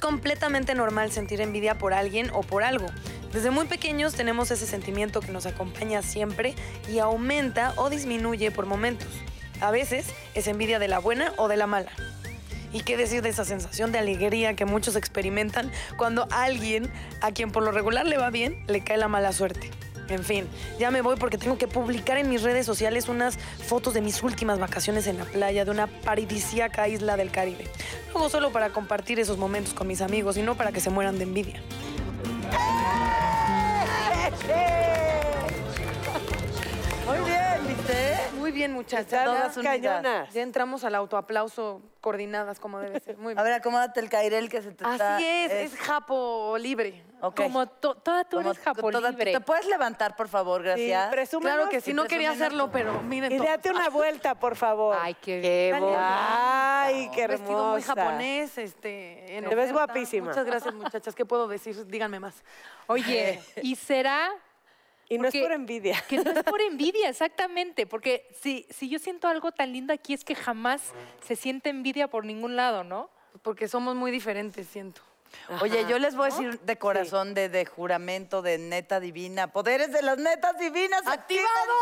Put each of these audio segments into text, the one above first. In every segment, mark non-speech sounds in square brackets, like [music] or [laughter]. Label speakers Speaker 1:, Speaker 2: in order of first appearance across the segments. Speaker 1: completamente normal sentir envidia por alguien o por algo. Desde muy pequeños tenemos ese sentimiento que nos acompaña siempre y aumenta o disminuye por momentos. A veces es envidia de la buena o de la mala. ¿Y qué decir de esa sensación de alegría que muchos experimentan cuando alguien a quien por lo regular le va bien le cae la mala suerte? En fin, ya me voy porque tengo que publicar en mis redes sociales unas fotos de mis últimas vacaciones en la playa de una paradisíaca isla del Caribe. Luego solo para compartir esos momentos con mis amigos y no para que se mueran de envidia.
Speaker 2: Muy bien, ¿viste?
Speaker 1: Muy bien, muchachas.
Speaker 2: Están
Speaker 1: Todas unidas.
Speaker 2: cañonas.
Speaker 1: Ya entramos al autoaplauso coordinadas como debe ser.
Speaker 2: [laughs]
Speaker 1: Muy
Speaker 2: A
Speaker 1: bien.
Speaker 2: ver, acomódate el cairel que se te está...
Speaker 1: Así es, es, japo libre.
Speaker 2: Ok.
Speaker 3: Como to- toda tú
Speaker 2: como
Speaker 3: eres japo
Speaker 2: toda-
Speaker 3: libre.
Speaker 2: ¿Te puedes levantar, por favor? Gracias.
Speaker 1: Claro que sí, no quería
Speaker 2: presúmenos.
Speaker 1: hacerlo, pero miren.
Speaker 4: Y
Speaker 1: todo.
Speaker 4: date una vuelta, por favor.
Speaker 3: Ay, qué,
Speaker 2: Dale.
Speaker 3: bonito.
Speaker 4: Ay, qué hermosa.
Speaker 1: vestido muy japonés, este. en
Speaker 4: Te ves
Speaker 1: oferta.
Speaker 4: guapísima.
Speaker 1: Muchas gracias, muchachas. ¿Qué puedo decir? Díganme más.
Speaker 2: Eh.
Speaker 3: Oye, ¿y será
Speaker 4: Y no es
Speaker 3: porque-
Speaker 4: por envidia.
Speaker 3: que no es por envidia? Exactamente, porque si, si yo siento algo tan lindo aquí es que jamás se siente envidia por ningún lado, ¿no?
Speaker 1: Porque somos muy diferentes, siento.
Speaker 2: Oye, yo les voy a decir de corazón, de, de juramento, de neta divina. Poderes de las netas divinas. ¡Activados!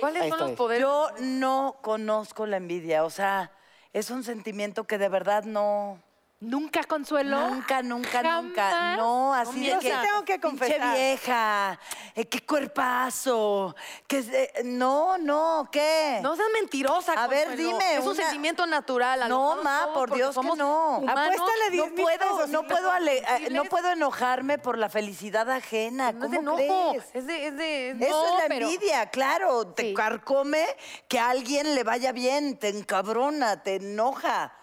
Speaker 1: ¿Cuáles son los poderes?
Speaker 2: Eh, Yo no conozco la envidia. O sea, es un sentimiento que de verdad no...
Speaker 3: Nunca consuelo.
Speaker 2: Nunca, nunca, nunca.
Speaker 3: Jamás.
Speaker 2: No, así
Speaker 4: yo
Speaker 2: de que.
Speaker 4: sí tengo que confesar.
Speaker 2: Pinche vieja. eh, qué cuerpazo. Que, se- eh, no, no, ¿qué?
Speaker 1: No seas mentirosa,
Speaker 2: A ver,
Speaker 1: Consuelo.
Speaker 2: dime,
Speaker 1: Es un
Speaker 2: una-
Speaker 1: sentimiento natural.
Speaker 2: No,
Speaker 1: adoptamos
Speaker 2: ma,
Speaker 1: todos
Speaker 2: por
Speaker 1: porque
Speaker 2: Dios que
Speaker 1: somos
Speaker 2: no.
Speaker 1: humanos.
Speaker 4: Apuéstale
Speaker 2: no
Speaker 4: 10,000
Speaker 2: puedo,
Speaker 4: pesos,
Speaker 2: no
Speaker 4: sí,
Speaker 2: puedo, ale- eh, no
Speaker 3: sensibles.
Speaker 2: puedo enojarme por la felicidad ajena.
Speaker 1: No es de
Speaker 2: ¿Cómo
Speaker 1: enojo.
Speaker 2: crees?
Speaker 1: Es de, es de. es-
Speaker 2: Eso
Speaker 3: No,
Speaker 2: es la
Speaker 3: pero-
Speaker 2: envidia, claro. Te
Speaker 3: Sí.
Speaker 2: carcome que a alguien le vaya bien, te encabrona, te enoja.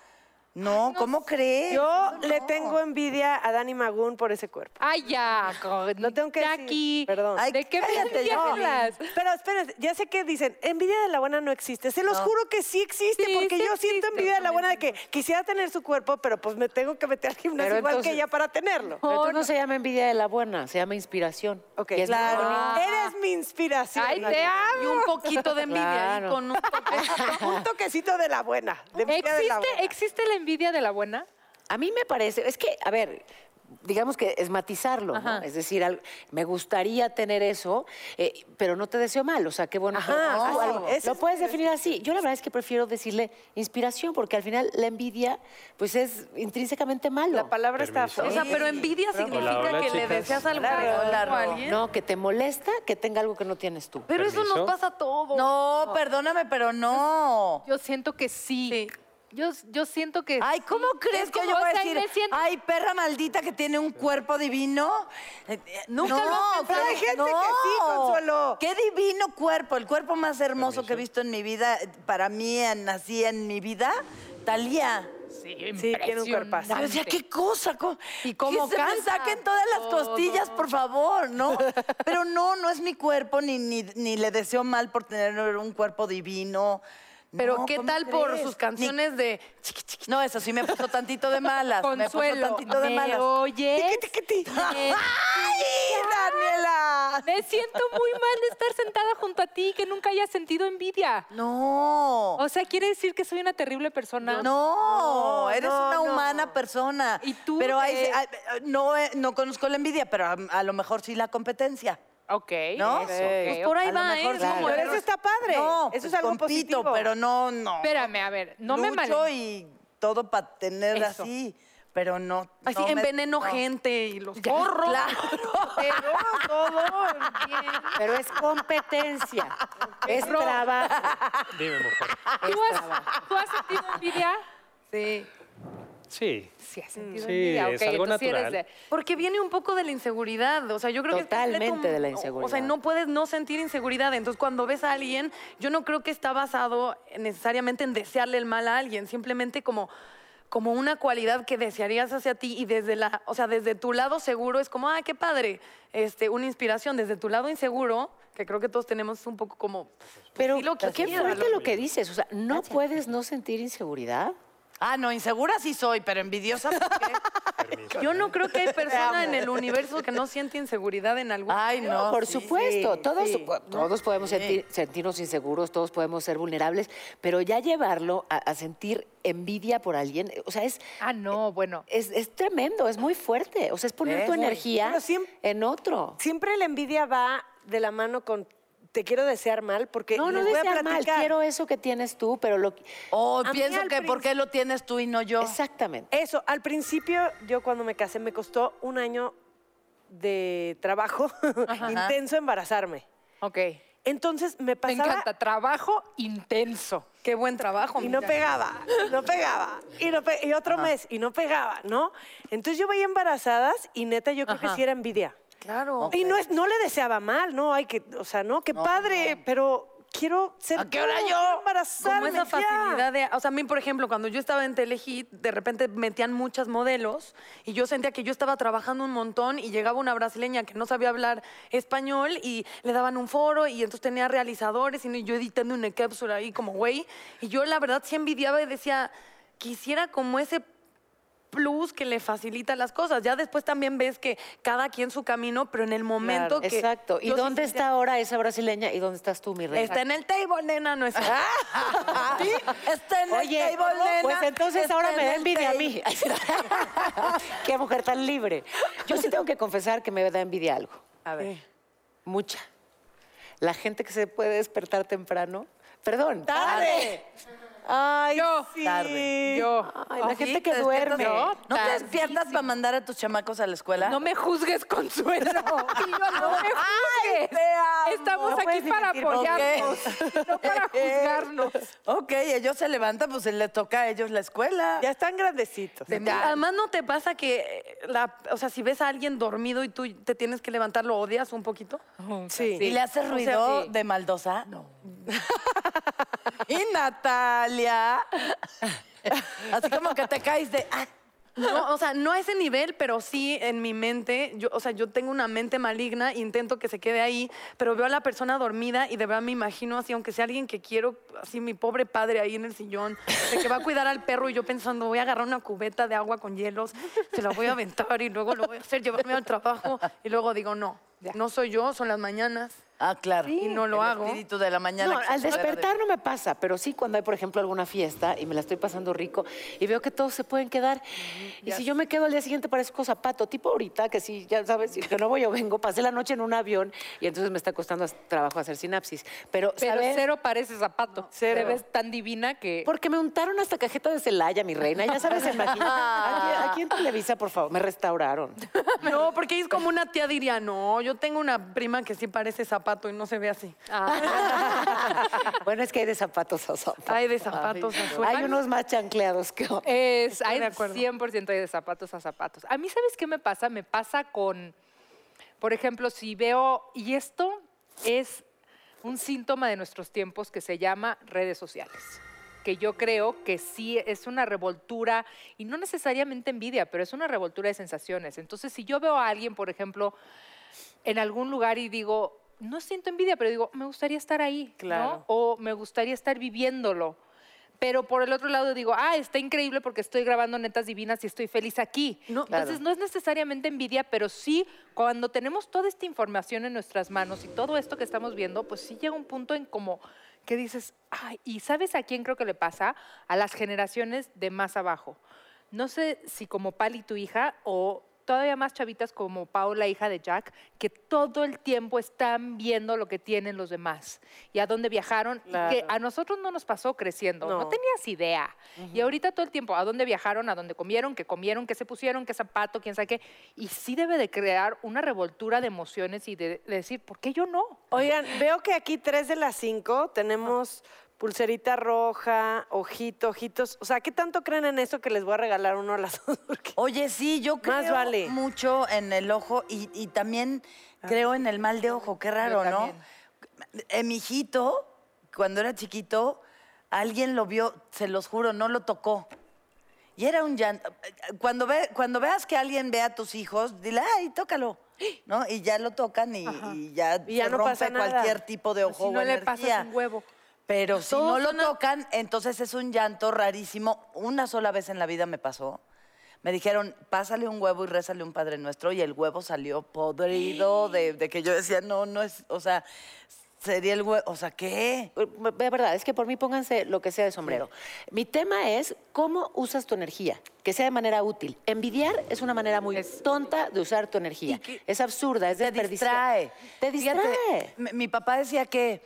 Speaker 2: No, ¿cómo crees?
Speaker 4: [laughs] Yo
Speaker 2: Eso
Speaker 4: le
Speaker 2: no.
Speaker 4: tengo envidia a Dani Magún por ese cuerpo.
Speaker 3: Ay, ya.
Speaker 4: Lo tengo que decir,
Speaker 3: Jackie,
Speaker 4: perdón.
Speaker 2: Ay,
Speaker 3: ¿De qué me
Speaker 2: cállate,
Speaker 3: envidia
Speaker 2: no.
Speaker 3: hablas?
Speaker 4: Pero esperen, ya sé que dicen, envidia de la buena no existe. Se los
Speaker 2: No.
Speaker 4: juro que sí existe,
Speaker 3: Sí,
Speaker 4: porque
Speaker 3: sí
Speaker 4: yo siento
Speaker 3: existe,
Speaker 4: envidia de la buena de que quisiera tener su cuerpo, pero pues me tengo que meter al gimnasio
Speaker 5: Pero
Speaker 4: igual
Speaker 5: entonces-
Speaker 4: que ella
Speaker 1: [laughs]
Speaker 4: para tenerlo.
Speaker 5: Pero entonces no se llama envidia de la buena, se llama inspiración.
Speaker 4: Ok,
Speaker 5: Y es muy
Speaker 2: claro.
Speaker 5: bonito.
Speaker 4: Eres mi inspiración.
Speaker 3: Ay,
Speaker 4: Dani.
Speaker 3: te amo.
Speaker 1: Y un poquito de envidia ahí
Speaker 5: Claro.
Speaker 1: con un toque.
Speaker 4: [laughs] Un toquecito de la buena. de envidia de la
Speaker 3: ¿Existe,
Speaker 4: buena.
Speaker 3: ¿Existe la envidia de la buena?
Speaker 5: A mí me parece, es que, a ver, digamos que es matizarlo, ¿no?
Speaker 3: Ajá.
Speaker 5: Es decir, al- me gustaría tener eso, eh, pero no te deseo mal, o sea, qué bueno. que
Speaker 4: Ajá,
Speaker 5: hagas tú
Speaker 4: no,
Speaker 5: algo.
Speaker 4: ese
Speaker 5: Lo
Speaker 4: es-
Speaker 5: puedes definir así. Yo la verdad es que prefiero decirle inspiración, porque al final la envidia, pues es intrínsecamente malo.
Speaker 4: La palabra está
Speaker 1: O sea, pero envidia significa
Speaker 6: hola,
Speaker 1: que le
Speaker 6: chicas.
Speaker 1: deseas algo
Speaker 2: Claro,
Speaker 1: a
Speaker 2: claro.
Speaker 1: alguien.
Speaker 5: No, que te molesta que tenga algo que no tienes tú.
Speaker 1: Pero eso nos
Speaker 6: ¿Permiso?
Speaker 1: pasa a todos.
Speaker 2: No, perdóname, pero no.
Speaker 3: Yo siento que sí.
Speaker 1: Sí.
Speaker 3: Yo, yo siento que
Speaker 2: Ay,
Speaker 3: sí.
Speaker 2: ¿cómo crees
Speaker 3: Es
Speaker 2: que
Speaker 3: como,
Speaker 2: yo voy a
Speaker 3: o sea, y
Speaker 2: decir,
Speaker 3: me siento-
Speaker 2: ay, perra maldita que tiene un cuerpo divino? Eh, eh,
Speaker 1: Nunca lo he
Speaker 2: ¿cómo?
Speaker 1: pensado.
Speaker 4: Hay gente que sí, Consuelo.
Speaker 2: Qué divino cuerpo, el cuerpo más hermoso que he visto en mi vida, eh, para mí, en- así en mi vida, Talía.
Speaker 4: Sí, tiene un cuerpazo.
Speaker 2: Yo decía, qué cosa. ¿Cómo,
Speaker 1: Y cómo
Speaker 2: que se me
Speaker 1: canta.
Speaker 2: saquen todas las costillas, por favor, ¿no? Pero no, no es mi cuerpo, ni, ni, ni le deseo mal por tener un cuerpo divino.
Speaker 1: Pero
Speaker 2: No,
Speaker 1: qué
Speaker 2: ¿cómo
Speaker 1: tal por
Speaker 2: crees?
Speaker 1: sus
Speaker 2: Ni-
Speaker 1: canciones de
Speaker 2: No, eso sí me puso tantito de malas. Me puso
Speaker 3: Consuelo,
Speaker 2: tantito de
Speaker 3: ¿me
Speaker 2: malas.
Speaker 3: oyes?
Speaker 2: [laughs]
Speaker 3: Me-
Speaker 2: ¡Ay, Daniela!
Speaker 3: Me siento muy mal de estar sentada junto a ti y que nunca haya sentido envidia.
Speaker 2: No.
Speaker 3: O sea, quiere decir que soy una terrible persona.
Speaker 2: No, eres
Speaker 4: no,
Speaker 2: una
Speaker 4: no.
Speaker 2: humana persona.
Speaker 3: ¿Y tú
Speaker 2: Pero ahí
Speaker 3: qué?
Speaker 2: se- ah, no, eh, no conozco la envidia, pero a, a lo mejor sí la competencia.
Speaker 3: Ok.
Speaker 2: ¿No? Pues,
Speaker 3: eso, ok. pues Por ahí
Speaker 2: A lo
Speaker 3: va,
Speaker 2: mejor
Speaker 3: ¿eh?
Speaker 2: sí.
Speaker 3: Es como-
Speaker 4: Pero eso está padre.
Speaker 2: No,
Speaker 4: eso es
Speaker 2: pues
Speaker 4: algo
Speaker 2: compito,
Speaker 4: positivo.
Speaker 2: pero no, no.
Speaker 3: Espérame, a ver, no me
Speaker 2: Lucho
Speaker 3: mal.
Speaker 2: y todo para tener
Speaker 3: Eso.
Speaker 2: así, pero no.
Speaker 1: así
Speaker 2: no me-
Speaker 1: enveneno
Speaker 2: no.
Speaker 1: gente y los
Speaker 2: Ya,
Speaker 1: gorros.
Speaker 2: claro.
Speaker 1: Pero todo bien.
Speaker 5: Pero es competencia, es trabajo.
Speaker 6: Dime, mujer.
Speaker 3: ¿Tú has, tú has sentido envidia?
Speaker 1: Sí.
Speaker 6: Sí.
Speaker 3: Sí, has sentido
Speaker 6: Sí,
Speaker 3: envidia.
Speaker 6: es
Speaker 3: ok,
Speaker 6: algo
Speaker 3: entonces sí eres
Speaker 6: natural.
Speaker 1: Porque viene un poco de la inseguridad. O sea, yo creo que. está
Speaker 5: Totalmente
Speaker 1: completo-
Speaker 5: de la
Speaker 1: O sea,
Speaker 5: inseguridad.
Speaker 1: no puedes no sentir inseguridad. Entonces, cuando ves a alguien, yo no creo que está basado necesariamente en desearle el mal a alguien. Simplemente como como una cualidad que desearías hacia ti y desde la, o sea, desde tu lado seguro es como, ah, qué padre, este, una inspiración desde tu lado inseguro, que creo que todos tenemos un poco como
Speaker 5: Pero
Speaker 1: sí lo que
Speaker 5: qué
Speaker 1: quiera,
Speaker 5: fuerte
Speaker 1: lo-
Speaker 5: lo que dices. O sea, ¿no puedes no sentir inseguridad?
Speaker 2: Ah, no, insegura sí soy, pero envidiosa. ¿por qué?
Speaker 6: permiso.
Speaker 1: Yo no creo que
Speaker 5: [laughs]
Speaker 1: hay persona en el universo que no siente inseguridad en algún
Speaker 2: Ay, no.
Speaker 5: Por
Speaker 2: sí,
Speaker 5: supuesto,
Speaker 2: sí,
Speaker 5: todos,
Speaker 2: sí.
Speaker 5: todos podemos sentir- sentirnos inseguros, todos podemos ser vulnerables, pero ya llevarlo a, a sentir envidia por alguien, o sea, es,
Speaker 3: Ah, no, bueno.
Speaker 5: es, es tremendo, es muy fuerte, o sea, es poner tu energía
Speaker 4: Pero siem-
Speaker 5: en otro.
Speaker 4: Siempre la envidia va de la mano con te quiero desear mal porque
Speaker 5: No, no
Speaker 4: les voy a
Speaker 5: desear mal,
Speaker 4: platicar.
Speaker 5: quiero eso que tienes tú, pero lo...
Speaker 2: O
Speaker 4: A mí
Speaker 2: Oh, pienso
Speaker 4: al
Speaker 2: que por qué lo tienes tú y no yo. [laughs]
Speaker 5: Exactamente.
Speaker 4: Eso, al principio yo cuando me casé me costó un año de trabajo [laughs] intenso embarazarme.
Speaker 3: Ok.
Speaker 4: Entonces me
Speaker 3: Me
Speaker 4: pasaba
Speaker 3: encanta. Trabajo intenso.
Speaker 1: Qué buen trabajo,
Speaker 4: y no
Speaker 1: amiga.
Speaker 4: pegaba, no pegaba, y, no pe- y otro mes y no pegaba, ¿no? Entonces yo veía embarazadas y neta yo creo que sí era envidia.
Speaker 1: Claro.
Speaker 4: Y no es, no le deseaba mal, ¿no? Hay que, o sea, no, qué padre, pero quiero ser.
Speaker 2: ¿A qué hora
Speaker 4: como,
Speaker 2: yo?
Speaker 4: quiero
Speaker 1: como
Speaker 4: Embarazarme.
Speaker 1: esa
Speaker 4: ya.
Speaker 1: facilidad de, o sea, a mí, por ejemplo, cuando yo estaba en Telehit, de repente metían muchas modelos y yo sentía que yo estaba trabajando un montón y llegaba una brasileña que no sabía hablar español y le daban un foro y entonces tenía realizadores y no- y yo editando una cápsula ahí como güey y yo la verdad sí envidiaba y decía, quisiera como ese plus que le facilita las cosas. Ya después también ves que cada quien su camino, pero en el momento que
Speaker 5: Exacto. ¿Y
Speaker 1: yo sí
Speaker 5: dónde
Speaker 1: sentía-
Speaker 5: está ahora esa brasileña y dónde estás tú, mi reina?
Speaker 1: Está en el table, nena, no
Speaker 5: [laughs]
Speaker 1: está.
Speaker 5: Ah.
Speaker 2: ¿Sí? Ah. Está en
Speaker 5: Oye,
Speaker 2: el table, nena.
Speaker 5: pues entonces
Speaker 2: Está
Speaker 5: ahora
Speaker 2: en
Speaker 5: me da
Speaker 2: el
Speaker 5: envidia a
Speaker 2: table.
Speaker 5: mí. [laughs] Qué mujer tan libre. Yo sí tengo que confesar que me da envidia algo.
Speaker 1: A ver.
Speaker 5: Mucha. La gente que se puede despertar temprano. Perdón.
Speaker 2: Tarde.
Speaker 4: Ay,
Speaker 3: Yo.
Speaker 4: sí.
Speaker 2: Tarde.
Speaker 3: Yo.
Speaker 5: Ay, la
Speaker 1: Sí,
Speaker 5: gente que
Speaker 1: te
Speaker 5: duerme.
Speaker 1: despiertas,
Speaker 2: ¿No te despiertas para mandar a tus chamacos a la escuela?
Speaker 3: No me juzgues,
Speaker 2: [laughs]
Speaker 3: [laughs] Consuelo. Tío, no me
Speaker 2: ¡Ay,
Speaker 3: juzgues.
Speaker 2: te amo!
Speaker 3: Estamos
Speaker 2: No
Speaker 3: aquí
Speaker 2: puedes
Speaker 3: para
Speaker 2: dimitir, ¿por qué? [laughs]
Speaker 3: apoyarnos, [laughs] no para juzgarnos.
Speaker 2: Ok, ellos se levantan, pues les toca a ellos la escuela.
Speaker 4: Ya están grandecitos.
Speaker 1: Te- Además, ¿no te pasa que, eh, la, o sea, si ves a alguien dormido y tú te tienes que levantar, lo odias un poquito?
Speaker 4: Sí.
Speaker 2: ¿Y le hace
Speaker 1: sea,
Speaker 2: ruido
Speaker 1: sí.
Speaker 2: de maldosa? No. [laughs] y Natalia. Así como que te caes de. "Ah".
Speaker 1: No, o sea, no a ese nivel, pero sí en mi mente, yo, o sea, yo tengo una mente maligna, intento que se quede ahí, pero veo a la persona dormida y de verdad me imagino así, aunque sea alguien que quiero, así mi pobre padre ahí en el sillón, de que va a cuidar al perro y yo pensando, voy a agarrar una cubeta de agua con hielos, se la voy a aventar y luego lo voy a hacer, llevarme al trabajo y luego digo, no, no soy yo, son las mañanas.
Speaker 2: Ah, claro.
Speaker 1: Sí. Y no lo
Speaker 2: El
Speaker 1: hago.
Speaker 2: espíritu de la mañana.
Speaker 5: No,
Speaker 2: que
Speaker 5: al
Speaker 2: se acuerda de-
Speaker 5: despertar no me pasa, pero sí cuando hay, por ejemplo, alguna fiesta y me la estoy pasando rico y veo que todos se pueden quedar. Y si yo me quedo al día siguiente parezco zapato, tipo ahorita, que sí, ya sabes, que no voy o vengo, pasé la noche en un avión y entonces me está costando as- trabajo hacer sinapsis. Pero,
Speaker 3: Pero
Speaker 5: saber-
Speaker 3: cero parece zapato.
Speaker 4: Cero.
Speaker 3: Te ves tan divina que. [laughs]
Speaker 5: Porque me untaron hasta cajeta de Celaya, mi reina, ya sabes, el maquillaje. Aquí, aquí en Televisa, por favor, me restauraron.
Speaker 1: No, porque es como una tía diría, no, yo tengo una prima que sí parece zapato y no se ve así.
Speaker 3: Ah.
Speaker 5: bueno, es que hay de zapatos a zapatos.
Speaker 1: Ay, de zapatos azules.
Speaker 5: Hay unos más chancleados que otros.
Speaker 3: Es, hay
Speaker 1: de acuerdo.
Speaker 3: 100% de zapatos a zapatos. A mí, ¿sabes qué me pasa? Me pasa con, por ejemplo, si veo, y esto es un síntoma de nuestros tiempos que se llama redes sociales, que yo creo que sí es una revoltura, y no necesariamente envidia, pero es una revoltura de sensaciones. Entonces, si yo veo a alguien, por ejemplo, en algún lugar y digo, no siento envidia, pero digo, me gustaría estar ahí,
Speaker 4: Claro.
Speaker 3: ¿no? O me gustaría estar viviéndolo. Pero por el otro lado digo, ah, está increíble porque estoy grabando netas divinas y estoy feliz aquí.
Speaker 1: No,
Speaker 3: Entonces no es necesariamente envidia, pero sí cuando tenemos toda esta información en nuestras manos y todo esto que estamos viendo, pues sí llega un punto en como que dices, ay, ¿y sabes a quién creo que le pasa? A las generaciones de más abajo. No sé si como Pali tu hija o todavía más chavitas como Paola, hija de Jack, que todo el tiempo están viendo lo que tienen los demás y a dónde viajaron, y que a nosotros no nos pasó creciendo, no,
Speaker 4: No.
Speaker 3: tenías idea. Y ahorita todo el tiempo, a dónde viajaron, a dónde comieron, qué comieron, qué se pusieron, qué zapato, quién sabe qué. Y sí debe de crear una revoltura de emociones y de, de decir, ¿por qué yo no?
Speaker 4: Oigan, veo que aquí tres de las cinco tenemos pulserita roja, ojito, ojitos. O sea, ¿qué tanto creen en eso que les voy a regalar uno a las dos? [laughs] Porque-
Speaker 2: Oye, sí, yo creo
Speaker 4: vale.
Speaker 2: mucho en el ojo y, y también creo en el mal de ojo. Qué raro, ¿no? Eh, mi hijito, cuando era chiquito, alguien lo vio, se los juro, no lo tocó. Y era un llanto. Cuando, ve, cuando veas que alguien ve a tus hijos, dile, ay, tócalo. ¿No? Y ya lo tocan y, y ya,
Speaker 4: Y ya
Speaker 2: se
Speaker 4: no
Speaker 2: rompe
Speaker 4: pasa nada.
Speaker 2: cualquier tipo de
Speaker 1: Pues
Speaker 2: ojo
Speaker 3: si
Speaker 2: o
Speaker 3: no le
Speaker 2: energía.
Speaker 3: pasas un huevo.
Speaker 2: Pero si no
Speaker 1: Todos
Speaker 2: lo
Speaker 1: suena-
Speaker 2: tocan, entonces es un llanto rarísimo. Una sola vez en la vida me pasó. me dijeron, pásale un huevo y rézale un Padre Nuestro, y el huevo salió podrido de, de que yo decía, no, no es, o sea, sería el huevo, o sea, ¿qué?
Speaker 5: De Eh, verdad, es que por mí pónganse lo que sea de sombrero. Mi tema es cómo usas tu energía, que sea de manera útil. Envidiar es una manera muy tonta de usar tu energía. Es absurda, es
Speaker 2: Te
Speaker 5: desperdiciar.
Speaker 2: distrae.
Speaker 5: Te
Speaker 2: Fíjate,
Speaker 5: distrae.
Speaker 2: mi, mi papá decía que,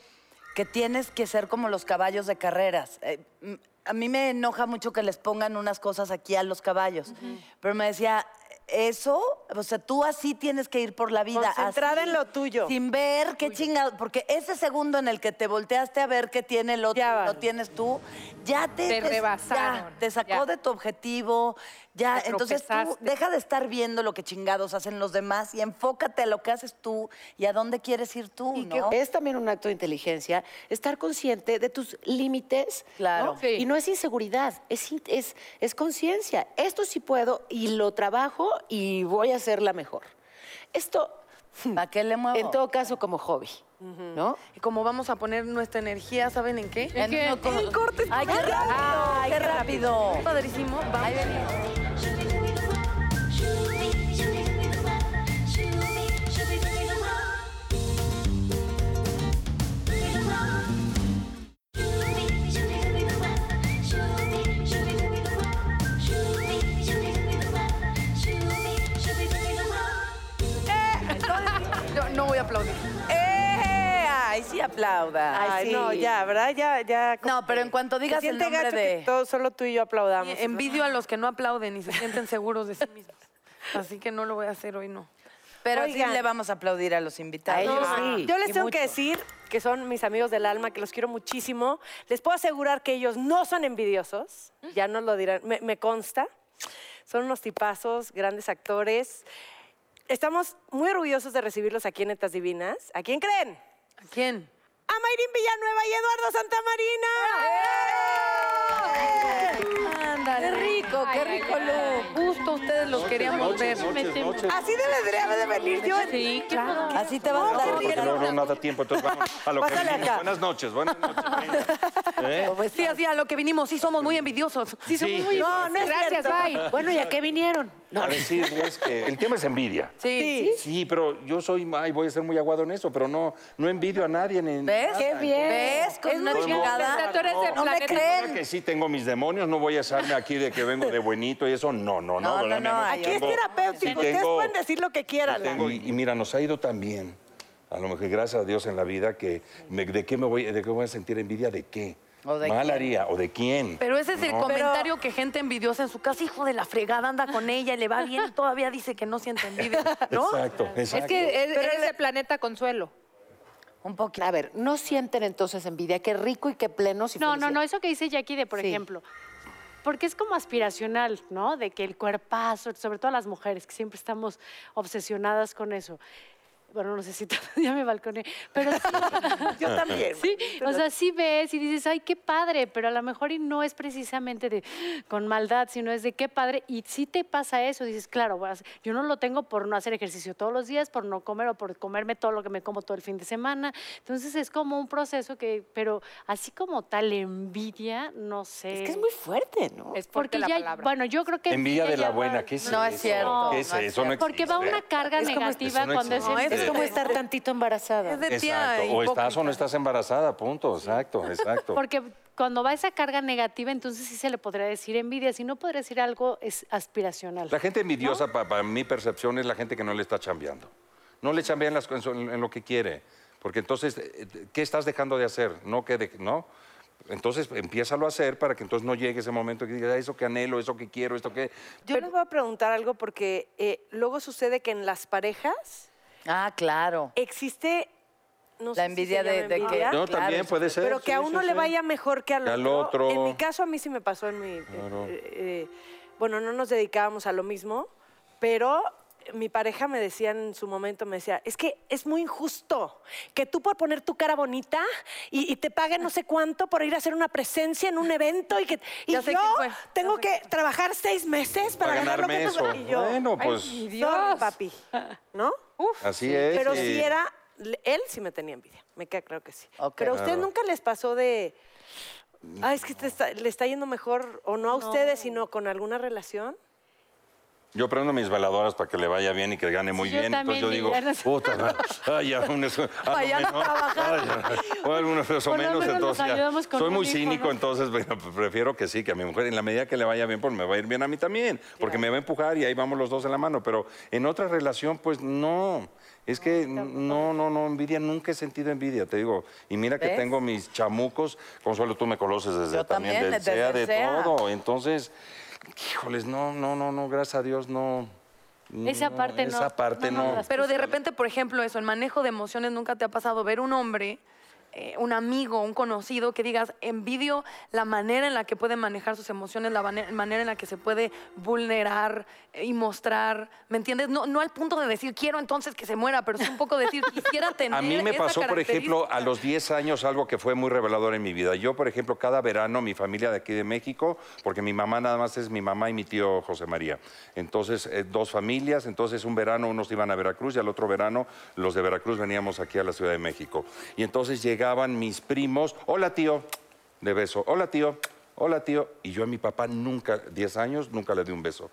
Speaker 2: que tienes que ser como los caballos de carreras. Eh, m- a mí me enoja mucho que les pongan unas cosas aquí a los caballos. Pero me decía, eso, o sea, tú así tienes que ir por la vida.
Speaker 4: Concentrada
Speaker 2: así,
Speaker 4: en lo tuyo.
Speaker 2: Sin ver qué chingado. Porque ese segundo en el que te volteaste a ver qué tiene el otro y
Speaker 4: Ya
Speaker 2: no
Speaker 4: vale.
Speaker 2: tienes tú, ya te.
Speaker 3: Te
Speaker 2: ya,
Speaker 3: rebasaron,
Speaker 2: te sacó
Speaker 3: ya.
Speaker 2: de tu objetivo. Ya.
Speaker 3: Te
Speaker 2: Entonces tú
Speaker 3: tropezaste.
Speaker 2: deja de estar viendo lo que chingados hacen los demás y enfócate a lo que haces tú y a dónde quieres ir tú,
Speaker 5: Y que
Speaker 2: ¿no?
Speaker 5: Es también un acto de inteligencia estar consciente de tus límites.
Speaker 2: Claro.
Speaker 5: ¿no?
Speaker 3: Sí.
Speaker 5: Y no es inseguridad, es, in- es, es conciencia. Esto sí puedo y lo trabajo y voy a hacerla mejor. Esto,
Speaker 2: ¿Para qué le muevo?
Speaker 5: en todo caso, como hobby, ¿no?
Speaker 1: Y como vamos a poner nuestra energía, ¿saben en qué?
Speaker 4: Eh,
Speaker 2: En
Speaker 3: ¿Qué?
Speaker 2: uno como- ¡Ay, qué rápido!
Speaker 3: Ay,
Speaker 2: ¡Qué
Speaker 3: qué rápido.
Speaker 2: rápido!
Speaker 1: Padrísimo. Vamos.
Speaker 2: Ahí venimos.
Speaker 1: Yo no voy a aplaudir.
Speaker 2: ¡Eh! ¡Ay, sí aplauda!
Speaker 4: Ay, no, ya, ¿verdad? Ya, ya. como
Speaker 2: No, pero en cuanto
Speaker 4: que
Speaker 2: digas el
Speaker 4: siente
Speaker 2: nombre
Speaker 4: gacho que
Speaker 2: de...
Speaker 4: todos- solo tú y yo aplaudamos.
Speaker 1: Envidio a los que no aplauden y se sienten seguros de sí mismos. Así que no lo voy a hacer hoy, no.
Speaker 2: Pero sí
Speaker 4: Oigan.
Speaker 2: le vamos a aplaudir a los invitados.
Speaker 5: ellos
Speaker 2: Ah.
Speaker 5: sí.
Speaker 4: Yo
Speaker 5: y
Speaker 4: les tengo
Speaker 5: mucho.
Speaker 4: que decir que son mis amigos del alma, que los quiero muchísimo. Les puedo asegurar que ellos no son envidiosos, ya nos lo dirán, me, me consta. Son unos tipazos, grandes actores. Estamos muy orgullosos de recibirlos aquí en Netas Divinas. ¿A quién creen?
Speaker 1: ¿A quién?
Speaker 4: A Mayrín Villanueva y Eduardo Santamarina.
Speaker 1: Ándale. Qué rico, qué rico look. Justo ustedes los queríamos ver.
Speaker 4: Así debería de venir yo.
Speaker 1: Sí, claro.
Speaker 2: Así te vas a
Speaker 7: porque
Speaker 2: dar.
Speaker 7: no, no, no da tiempo. Entonces vamos a lo que
Speaker 4: Pásale
Speaker 7: vinimos.
Speaker 4: acá.
Speaker 7: Buenas noches, buenas noches. venga. ¿Eh?
Speaker 1: Pues sí, así a lo que vinimos, sí somos muy envidiosos. Sí, somos
Speaker 7: Sí.
Speaker 1: muy
Speaker 4: No, no es
Speaker 3: Gracias,
Speaker 4: cierto.
Speaker 3: bye.
Speaker 5: Bueno, ¿y a qué vinieron? No,
Speaker 7: A [laughs] decirles que el tema es envidia.
Speaker 1: Sí.
Speaker 7: Sí, pero yo soy, ay, voy a ser muy aguado en eso, pero no, no envidio a nadie. Ni,
Speaker 2: ¿Ves?
Speaker 7: nada.
Speaker 2: ¿Ves? Con una
Speaker 7: muy
Speaker 2: chingada.
Speaker 7: bonita.
Speaker 3: Tú eres del
Speaker 2: No me
Speaker 3: planeta.
Speaker 7: Ahora
Speaker 2: creen.
Speaker 7: que sí tengo mis demonios, no voy a hacerme aquí de que vengo de buenito y eso. No, no, no.
Speaker 2: No,
Speaker 7: ¿verdad,
Speaker 2: no,
Speaker 7: mi amor?
Speaker 2: no,
Speaker 7: Sí
Speaker 2: aquí
Speaker 4: es terapéutico, ustedes pueden decir lo que
Speaker 7: sí
Speaker 4: quieran.
Speaker 7: tengo, y, y mira, nos ha ido tan bien. A lo mejor, gracias a Dios en la vida, que me- ¿de qué me voy, de qué voy a sentir envidia? ¿De qué?
Speaker 2: ¿O de
Speaker 7: ¿Mal
Speaker 2: quién?
Speaker 7: haría? ¿O de quién?
Speaker 1: Pero ese es el comentario que gente envidiosa en su casa, hijo de la fregada, anda con ella y le va bien y todavía dice que no siente envidia, ¿no?
Speaker 7: [laughs] Exacto, exacto.
Speaker 3: Es que es el planeta Consuelo.
Speaker 2: Un poquito.
Speaker 5: a ver, no sienten entonces envidia. Qué rico y qué plenos y
Speaker 8: No, no, no,
Speaker 5: felices.
Speaker 8: eso que dice Jackie de, por
Speaker 5: Sí.
Speaker 8: ejemplo, porque es como aspiracional, ¿no? De que el cuerpazo, sobre todo las mujeres, que siempre estamos obsesionadas con eso. Bueno, no sé si [laughs] todavía ya me balconé, pero sí,
Speaker 4: Yo [laughs] también.
Speaker 8: sí, o sea, sí ves y dices, ay, qué padre, pero a lo mejor y no es precisamente de con maldad, sino es de qué padre, y si te pasa eso, dices, claro, voy a hacer- yo no lo tengo por no hacer ejercicio todos los días, por no comer o por comerme todo lo que me como todo el fin de semana, entonces es como un proceso que, pero así como tal envidia, no sé.
Speaker 5: Es que es muy fuerte, ¿no?
Speaker 3: Es
Speaker 8: porque
Speaker 3: porque la
Speaker 8: ya,
Speaker 3: palabra.
Speaker 8: bueno, yo creo que
Speaker 7: Envidia
Speaker 8: ya
Speaker 7: de la
Speaker 8: va-
Speaker 7: buena, ¿qué es
Speaker 2: No es
Speaker 7: eso?
Speaker 2: cierto,
Speaker 7: ¿Qué es
Speaker 2: no es
Speaker 7: eso? No
Speaker 2: cierto.
Speaker 8: porque va
Speaker 7: existe.
Speaker 8: una carga
Speaker 7: Es como-
Speaker 8: negativa
Speaker 7: eso no
Speaker 8: cuando es
Speaker 7: existe.
Speaker 8: envidia.
Speaker 5: Es como estar tantito embarazada.
Speaker 1: de tía
Speaker 7: Exacto, o estás o
Speaker 1: hipócrita.
Speaker 7: no estás embarazada, punto, exacto, exacto.
Speaker 8: Porque cuando va esa carga negativa, entonces sí se le podría decir envidia, si no podría decir algo es aspiracional.
Speaker 7: La gente envidiosa, pa- para, mi percepción, es la gente que no le está chambeando. No le chambean las, cosas en, en lo que quiere. Porque entonces, eh, eh, ¿qué estás dejando de hacer? No, que de- ¿no? Entonces, empiézalo a hacer para que entonces no llegue ese momento que digas, "Ah, eso que anhelo, eso que quiero, esto que...
Speaker 4: Yo les voy a preguntar algo porque eh, luego sucede que en las parejas
Speaker 2: Ah, claro.
Speaker 4: existe no sé
Speaker 2: La
Speaker 4: si se
Speaker 2: envidia de-
Speaker 4: llama
Speaker 2: de que-
Speaker 4: envidia,
Speaker 7: No,
Speaker 2: claro,
Speaker 7: también
Speaker 2: eso-
Speaker 7: puede ser.
Speaker 4: pero que a
Speaker 7: sí,
Speaker 4: uno
Speaker 7: sí,
Speaker 4: le
Speaker 7: sí.
Speaker 4: vaya mejor que al,
Speaker 7: Que al
Speaker 4: otro. En
Speaker 7: otro.
Speaker 4: mi caso a mí sí me pasó en mi eh,
Speaker 7: Claro.
Speaker 4: eh, eh, bueno, no nos dedicábamos a lo mismo, pero mi pareja me decía en su momento, me decía, es que es muy injusto que tú por poner tu cara bonita y, y te paguen no sé cuánto por ir a hacer una presencia en un evento y que y
Speaker 1: Ya
Speaker 4: yo
Speaker 1: sé quién fue.
Speaker 4: tengo que trabajar seis meses para,
Speaker 7: Para
Speaker 4: ganar lo
Speaker 7: ganarme
Speaker 4: que tú
Speaker 7: eso.
Speaker 4: Y yo,
Speaker 7: Bueno, pues,
Speaker 4: sorry, papi, ¿no?
Speaker 7: así es.
Speaker 4: Pero
Speaker 7: y-
Speaker 4: si era, él sí me tenía envidia, me queda claro que sí.
Speaker 2: Ok.
Speaker 4: Pero a usted
Speaker 7: Claro.
Speaker 4: nunca les pasó de, ah, es que te está- le está yendo mejor, o no a ustedes, sino con alguna relación.
Speaker 7: Yo prendo mis veladoras para que le vaya bien y que gane muy
Speaker 8: Sí, yo
Speaker 7: bien.
Speaker 8: también,
Speaker 7: Entonces yo
Speaker 8: mi
Speaker 7: digo,
Speaker 8: viernes.
Speaker 7: puta, madre, ay, ya un
Speaker 8: [laughs]
Speaker 7: ah, eso,
Speaker 2: Ay, ya no trabajaron.
Speaker 7: algunos más o
Speaker 8: Por lo
Speaker 7: menos,
Speaker 8: menos nos
Speaker 7: entonces ya.
Speaker 8: ayudamos con
Speaker 7: Soy
Speaker 8: un
Speaker 7: muy
Speaker 8: hijo,
Speaker 7: cínico,
Speaker 8: ¿no?
Speaker 7: entonces [laughs] bueno, prefiero que sí, que a mi mujer, en la medida que le vaya bien, pues me va a ir bien a mí también, porque me va a empujar y ahí vamos los dos en la mano. Pero en otra relación, pues no. Es que no, no, no, envidia, nunca he sentido envidia, te digo. Y mira que
Speaker 2: ¿Ves?
Speaker 7: tengo mis chamucos, Consuelo, tú me conoces desde
Speaker 2: Yo
Speaker 7: también,
Speaker 2: también,
Speaker 7: del
Speaker 2: desde
Speaker 7: SEA,
Speaker 2: el
Speaker 7: de
Speaker 2: SEA.
Speaker 7: todo. Entonces, híjoles, no, no, no, no, gracias a Dios, no.
Speaker 8: Esa parte no-
Speaker 7: Esa parte
Speaker 8: no
Speaker 7: no.
Speaker 8: nos las-
Speaker 1: Pero de repente, por ejemplo, eso, el manejo de emociones nunca te ha pasado ver un hombre, eh, un amigo, un conocido que digas, envidio la manera en la que puede manejar sus emociones, la mane- manera en la que se puede vulnerar eh, y mostrar, ¿me entiendes? No, no al punto de decir, quiero entonces que se muera, pero es un poco decir, quisiera tener
Speaker 7: [laughs] A mí me
Speaker 1: esa
Speaker 7: pasó, por ejemplo, a
Speaker 1: característica".
Speaker 7: los 10 años algo que fue muy revelador en mi vida. Yo, por ejemplo, cada verano mi familia de aquí de México, porque mi mamá nada más es mi mamá y mi tío José María. Entonces, eh, dos familias, entonces un verano unos iban a Veracruz y al otro verano los de Veracruz veníamos aquí a la Ciudad de México. Y entonces llegaban mis primos, hola tío, de beso, hola tío. Hola tío, y yo a mi papá nunca, 10 años, nunca le di un beso.